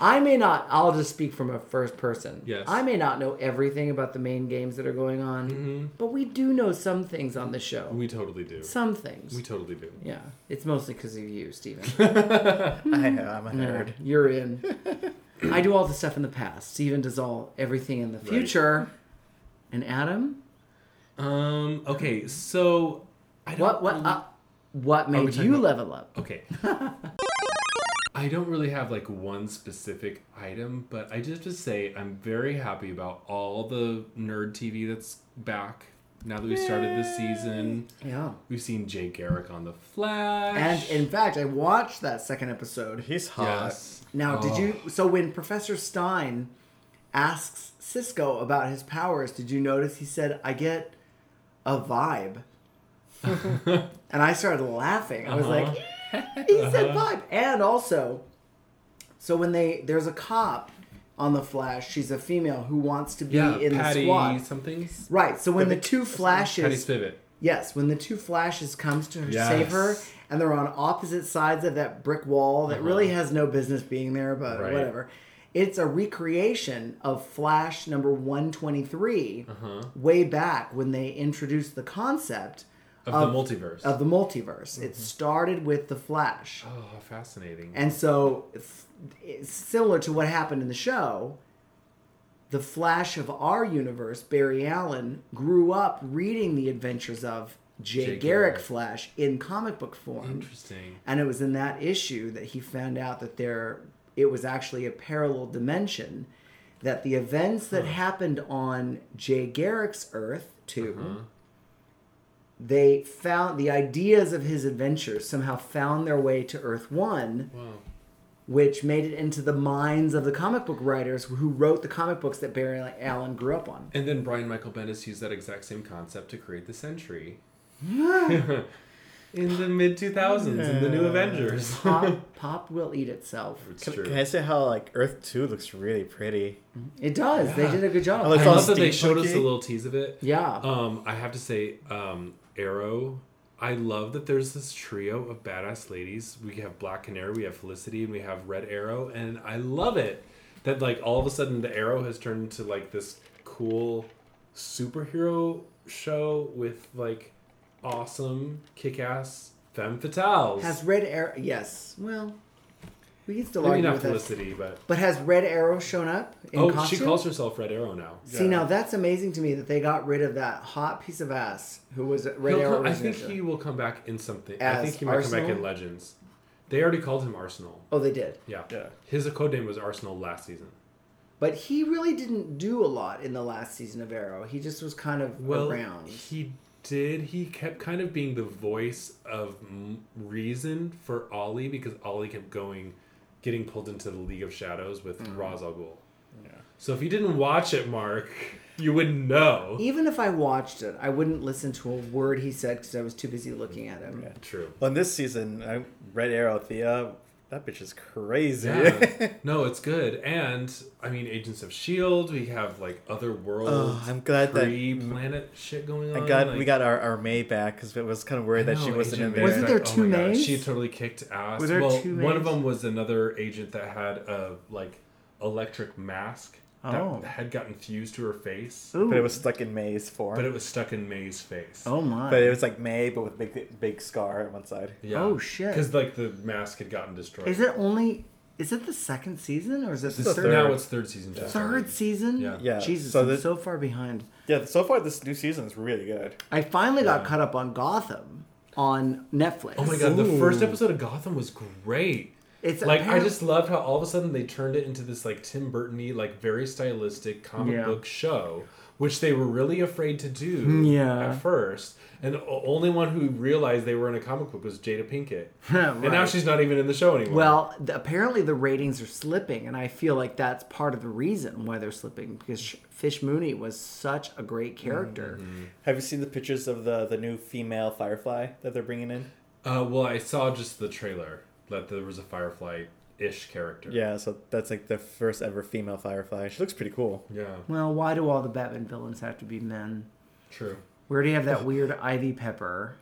[SPEAKER 2] I may not. I'll just speak from a first person.
[SPEAKER 3] Yes.
[SPEAKER 2] I may not know everything about the main games that are going on, but we do know some things on the show.
[SPEAKER 3] Mm-hmm. We totally do.
[SPEAKER 2] some things.
[SPEAKER 3] We totally do.
[SPEAKER 2] yeah, it's mostly because of you, Steven.
[SPEAKER 1] I am a nerd."
[SPEAKER 2] nerd. You're in.
[SPEAKER 3] <laughs>
[SPEAKER 2] I do all the stuff in the past. Steven does all everything in the future. And Adam,
[SPEAKER 3] Um. Okay. So, I
[SPEAKER 2] what
[SPEAKER 3] don't.
[SPEAKER 2] what uh, what
[SPEAKER 3] we
[SPEAKER 2] made
[SPEAKER 3] Oh, talking
[SPEAKER 2] you
[SPEAKER 3] about-
[SPEAKER 2] level up?
[SPEAKER 3] Okay. <laughs> I don't really have like one specific item, but I just have to say I'm very happy about all the nerd TV that's back now that we started this season.
[SPEAKER 2] Yeah.
[SPEAKER 3] We've seen Jay Garrick on The Flash.
[SPEAKER 2] And in fact, I watched that second episode.
[SPEAKER 1] He's hot.
[SPEAKER 3] yes.
[SPEAKER 2] Now, did
[SPEAKER 3] Oh.
[SPEAKER 2] you? So when Professor Stein asks Cisco about his powers, did you notice he said, "I get a
[SPEAKER 3] <laughs>
[SPEAKER 2] vibe," and I started laughing. I was like,
[SPEAKER 3] Uh-huh.
[SPEAKER 2] "Eh, "He said vibe," and also, so when they there's a cop on the Flash. She's a female who wants to be
[SPEAKER 3] Yeah,
[SPEAKER 2] in
[SPEAKER 3] Patty
[SPEAKER 2] the squad.
[SPEAKER 3] something.
[SPEAKER 2] Right. So when the two
[SPEAKER 3] Patty
[SPEAKER 2] flashes
[SPEAKER 3] Spivot.
[SPEAKER 2] Yes, when the two flashes comes to her-
[SPEAKER 3] Yes. Uh-huh.
[SPEAKER 2] save her, and they're on opposite sides of that brick wall that really has no business being there, but
[SPEAKER 3] Right.
[SPEAKER 2] whatever. It's a recreation of Flash number 123
[SPEAKER 3] Uh-huh.
[SPEAKER 2] way back when they introduced the concept
[SPEAKER 3] Of,
[SPEAKER 2] Of-
[SPEAKER 3] the multiverse.
[SPEAKER 2] of the multiverse. It
[SPEAKER 3] Mm-hmm.
[SPEAKER 2] started with the Flash.
[SPEAKER 3] oh, how fascinating.
[SPEAKER 2] And so, it's- it's similar to what happened in the show, the Flash of our universe, Barry Allen, grew up reading the adventures of Jay,
[SPEAKER 3] Jay
[SPEAKER 2] Garrick,
[SPEAKER 3] Garrick.
[SPEAKER 2] Flash in comic book form.
[SPEAKER 3] Interesting.
[SPEAKER 2] And it was in that issue that he found out that there it was actually a parallel dimension that the events that happened on Jay Garrick's Earth 2 they found the ideas of his adventures somehow found their way to Earth 1
[SPEAKER 3] Wow.
[SPEAKER 2] which made it into the minds of the comic book writers who wrote the comic books that Barry Allen grew up
[SPEAKER 3] <laughs>
[SPEAKER 2] on.
[SPEAKER 3] And then Brian Michael Bendis used that exact same concept to create the Century. in the mid 2000s, in the New Avengers.
[SPEAKER 2] Pop, pop will eat itself.
[SPEAKER 3] it's
[SPEAKER 1] Can,
[SPEAKER 3] true.
[SPEAKER 1] can I say how like Earth Two looks really pretty?
[SPEAKER 2] It does. They did a good job.
[SPEAKER 1] I like-
[SPEAKER 3] I
[SPEAKER 1] It's on
[SPEAKER 3] love that they
[SPEAKER 1] Steam
[SPEAKER 3] showed us a
[SPEAKER 1] Monkey.
[SPEAKER 3] little tease of it.
[SPEAKER 2] Yeah.
[SPEAKER 3] Um, I have to say, um, Arrow. I love that there's this trio of badass ladies. We have Black Canary, we have Felicity, and we have Red Arrow, and I love it that like all of a sudden the Arrow has turned into like this cool superhero show with like awesome kick-ass femme fatales.
[SPEAKER 2] Has Red Arrow? Yes. Well, we can still argue
[SPEAKER 3] Maybe not
[SPEAKER 2] with that.
[SPEAKER 3] Felicity, but
[SPEAKER 2] But has Red Arrow shown up in
[SPEAKER 3] oh,
[SPEAKER 2] costume?
[SPEAKER 3] she calls herself Red Arrow now.
[SPEAKER 2] See, now that's amazing to me that they got rid of that hot piece of ass who was Red
[SPEAKER 3] He'll
[SPEAKER 2] Arrow.
[SPEAKER 3] come- I think
[SPEAKER 2] originator.
[SPEAKER 3] he will come back in something. I
[SPEAKER 2] As
[SPEAKER 3] think he might come back in
[SPEAKER 2] Arsenal?
[SPEAKER 3] Legends. They already called him Arsenal.
[SPEAKER 2] Oh, they did.
[SPEAKER 3] Yeah.
[SPEAKER 1] Yeah.
[SPEAKER 3] His code name was Arsenal last season.
[SPEAKER 2] But he really didn't do a lot in the last season of Arrow. He just was kind of
[SPEAKER 3] Well,
[SPEAKER 2] around.
[SPEAKER 3] he did. He kept kind of being the voice of m- reason for Ollie because Ollie kept going, getting pulled into the League of Shadows with
[SPEAKER 2] Mm.
[SPEAKER 3] Ra's al Ghul.
[SPEAKER 1] Yeah.
[SPEAKER 3] So if you didn't watch it, Mark, <laughs> you wouldn't know.
[SPEAKER 2] Even if I watched it, I wouldn't listen to a word he said because I was too busy looking at him.
[SPEAKER 3] True.
[SPEAKER 1] Well, in this season, I, Red Arrow Thea, that bitch is crazy. <laughs>
[SPEAKER 3] Yeah. no, it's good. And I mean, Agents of Shield. We have like other worlds.
[SPEAKER 1] Oh, I'm glad that-
[SPEAKER 3] pre planet shit going on.
[SPEAKER 1] I got
[SPEAKER 3] Oh, like,
[SPEAKER 1] we got our, our May back because it was kind of worried that she
[SPEAKER 3] No,
[SPEAKER 1] wasn't in
[SPEAKER 3] Agent
[SPEAKER 1] there.
[SPEAKER 3] May.
[SPEAKER 2] Wasn't there
[SPEAKER 3] Oh
[SPEAKER 2] two
[SPEAKER 3] my God,
[SPEAKER 2] Mays?
[SPEAKER 3] She totally kicked ass.
[SPEAKER 2] Were there
[SPEAKER 3] well,
[SPEAKER 2] two
[SPEAKER 3] one of
[SPEAKER 2] Mays?
[SPEAKER 3] them was another agent that had a like electric mask
[SPEAKER 2] Oh.
[SPEAKER 3] that had gotten fused to her face,
[SPEAKER 2] Ooh.
[SPEAKER 1] But it was stuck in May's form.
[SPEAKER 3] but it was stuck in May's face.
[SPEAKER 2] oh my.
[SPEAKER 1] But it was like May, but with big big scar on one side.
[SPEAKER 3] yeah.
[SPEAKER 2] Oh, shit.
[SPEAKER 3] Because like the mask had gotten destroyed.
[SPEAKER 2] Is it only? Is it the second season or is it the,
[SPEAKER 1] the
[SPEAKER 2] third?
[SPEAKER 1] third.
[SPEAKER 3] Now it's third season. Jeff.
[SPEAKER 2] Third season?
[SPEAKER 3] Yeah.
[SPEAKER 1] Yeah,
[SPEAKER 2] Jesus,
[SPEAKER 1] so
[SPEAKER 2] I'm
[SPEAKER 1] the-
[SPEAKER 2] so far behind.
[SPEAKER 1] Yeah. So far, this new season is really good.
[SPEAKER 2] I finally got caught up on Gotham on Netflix.
[SPEAKER 3] Oh my god, the
[SPEAKER 1] Ooh.
[SPEAKER 3] first episode of Gotham was great.
[SPEAKER 2] It's
[SPEAKER 3] like
[SPEAKER 2] apparent-
[SPEAKER 3] I just loved how all of a sudden they turned it into this like Tim Burton-y, like very stylistic comic
[SPEAKER 2] Yeah.
[SPEAKER 3] book show, which they were really afraid to do
[SPEAKER 2] <laughs> yeah.
[SPEAKER 3] at first. And the o- only one who realized they were in a comic book was Jada Pinkett. And now
[SPEAKER 2] <laughs> Right.
[SPEAKER 3] she's not even in the show anymore.
[SPEAKER 2] Well, th- apparently the ratings are slipping, and I feel like that's part of the reason why they're slipping because Sh- Fish Mooney was such a great character.
[SPEAKER 3] Mm-hmm.
[SPEAKER 1] Have you seen the pictures of the the new female Firefly that they're bringing in?
[SPEAKER 3] uh, well, I saw just the trailer that there was a Firefly-ish character.
[SPEAKER 1] Yeah. So that's like the first ever female Firefly. She looks pretty cool.
[SPEAKER 3] Yeah.
[SPEAKER 2] Well, why do all the Batman villains have to be men?
[SPEAKER 3] True.
[SPEAKER 2] We already have
[SPEAKER 3] <laughs>
[SPEAKER 2] that weird Ivy Pepper,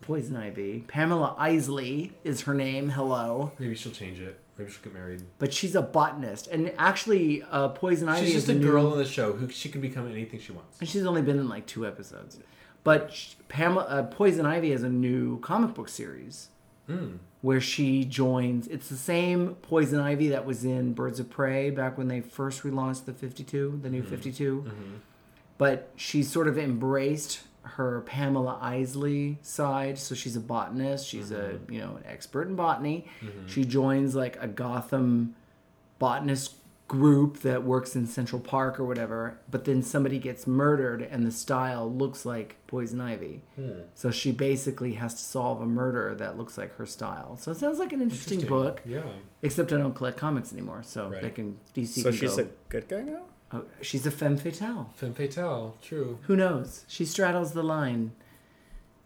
[SPEAKER 2] Poison Ivy. Pamela Isley is her name. Hello,
[SPEAKER 3] Maybe she'll change it. Maybe she'll get married.
[SPEAKER 2] but she's a botanist, and actually, uh, Poison Ivy is
[SPEAKER 3] She's just a
[SPEAKER 2] the new-
[SPEAKER 3] girl in the show who she can become anything she wants.
[SPEAKER 2] And she's only been in like two episodes. But sh- Pamela uh, Poison Ivy has a new comic book series where she joins. It's the same Poison Ivy that was in Birds of Prey back when they first relaunched the 52, the new 52. But she sort of embraced her Pamela Isley side. So she's a botanist. She's
[SPEAKER 1] Mm-hmm.
[SPEAKER 2] a you know an expert in botany. She joins like a Gotham botanist group that works in Central Park or whatever, but then somebody gets murdered and the style looks like poison ivy.
[SPEAKER 1] Hmm.
[SPEAKER 2] So she basically has to solve a murder that looks like her style. So it sounds like an interesting, book,
[SPEAKER 3] Yeah.
[SPEAKER 2] except I don't collect comics anymore, so
[SPEAKER 3] Right.
[SPEAKER 2] they can DC
[SPEAKER 1] So
[SPEAKER 2] can
[SPEAKER 1] she's
[SPEAKER 2] go.
[SPEAKER 1] a good guy now.
[SPEAKER 2] oh, she's a femme fatale.
[SPEAKER 3] Femme fatale. True.
[SPEAKER 2] Who knows? She straddles the line.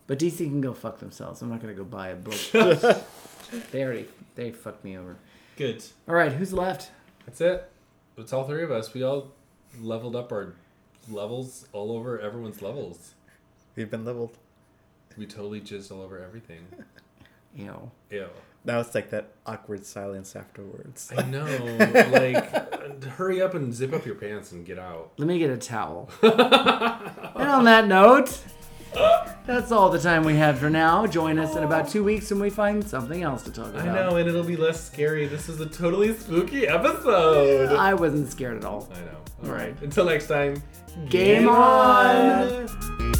[SPEAKER 2] But DC can go fuck themselves. I'm not going to go buy a book. they already they fucked me over.
[SPEAKER 3] Good.
[SPEAKER 2] All right, who's left?
[SPEAKER 3] That's it. It's all three of us. We all leveled up our levels all over everyone's levels.
[SPEAKER 1] We've been leveled.
[SPEAKER 3] We totally jizzed all over <laughs> everything.
[SPEAKER 2] Ew.
[SPEAKER 3] Ew.
[SPEAKER 1] Now it's like that awkward silence afterwards.
[SPEAKER 3] I know. like, <laughs> hurry up and zip up your pants and get out.
[SPEAKER 2] Let me get a towel. and on that note, that's all the time we have for now. Join us in about two weeks when we find something else to talk about.
[SPEAKER 3] I know, and it'll be less scary. This is a totally spooky episode.
[SPEAKER 2] I wasn't scared at all.
[SPEAKER 3] I know.
[SPEAKER 2] All right.
[SPEAKER 3] Until next time.
[SPEAKER 2] Game on!
[SPEAKER 3] on!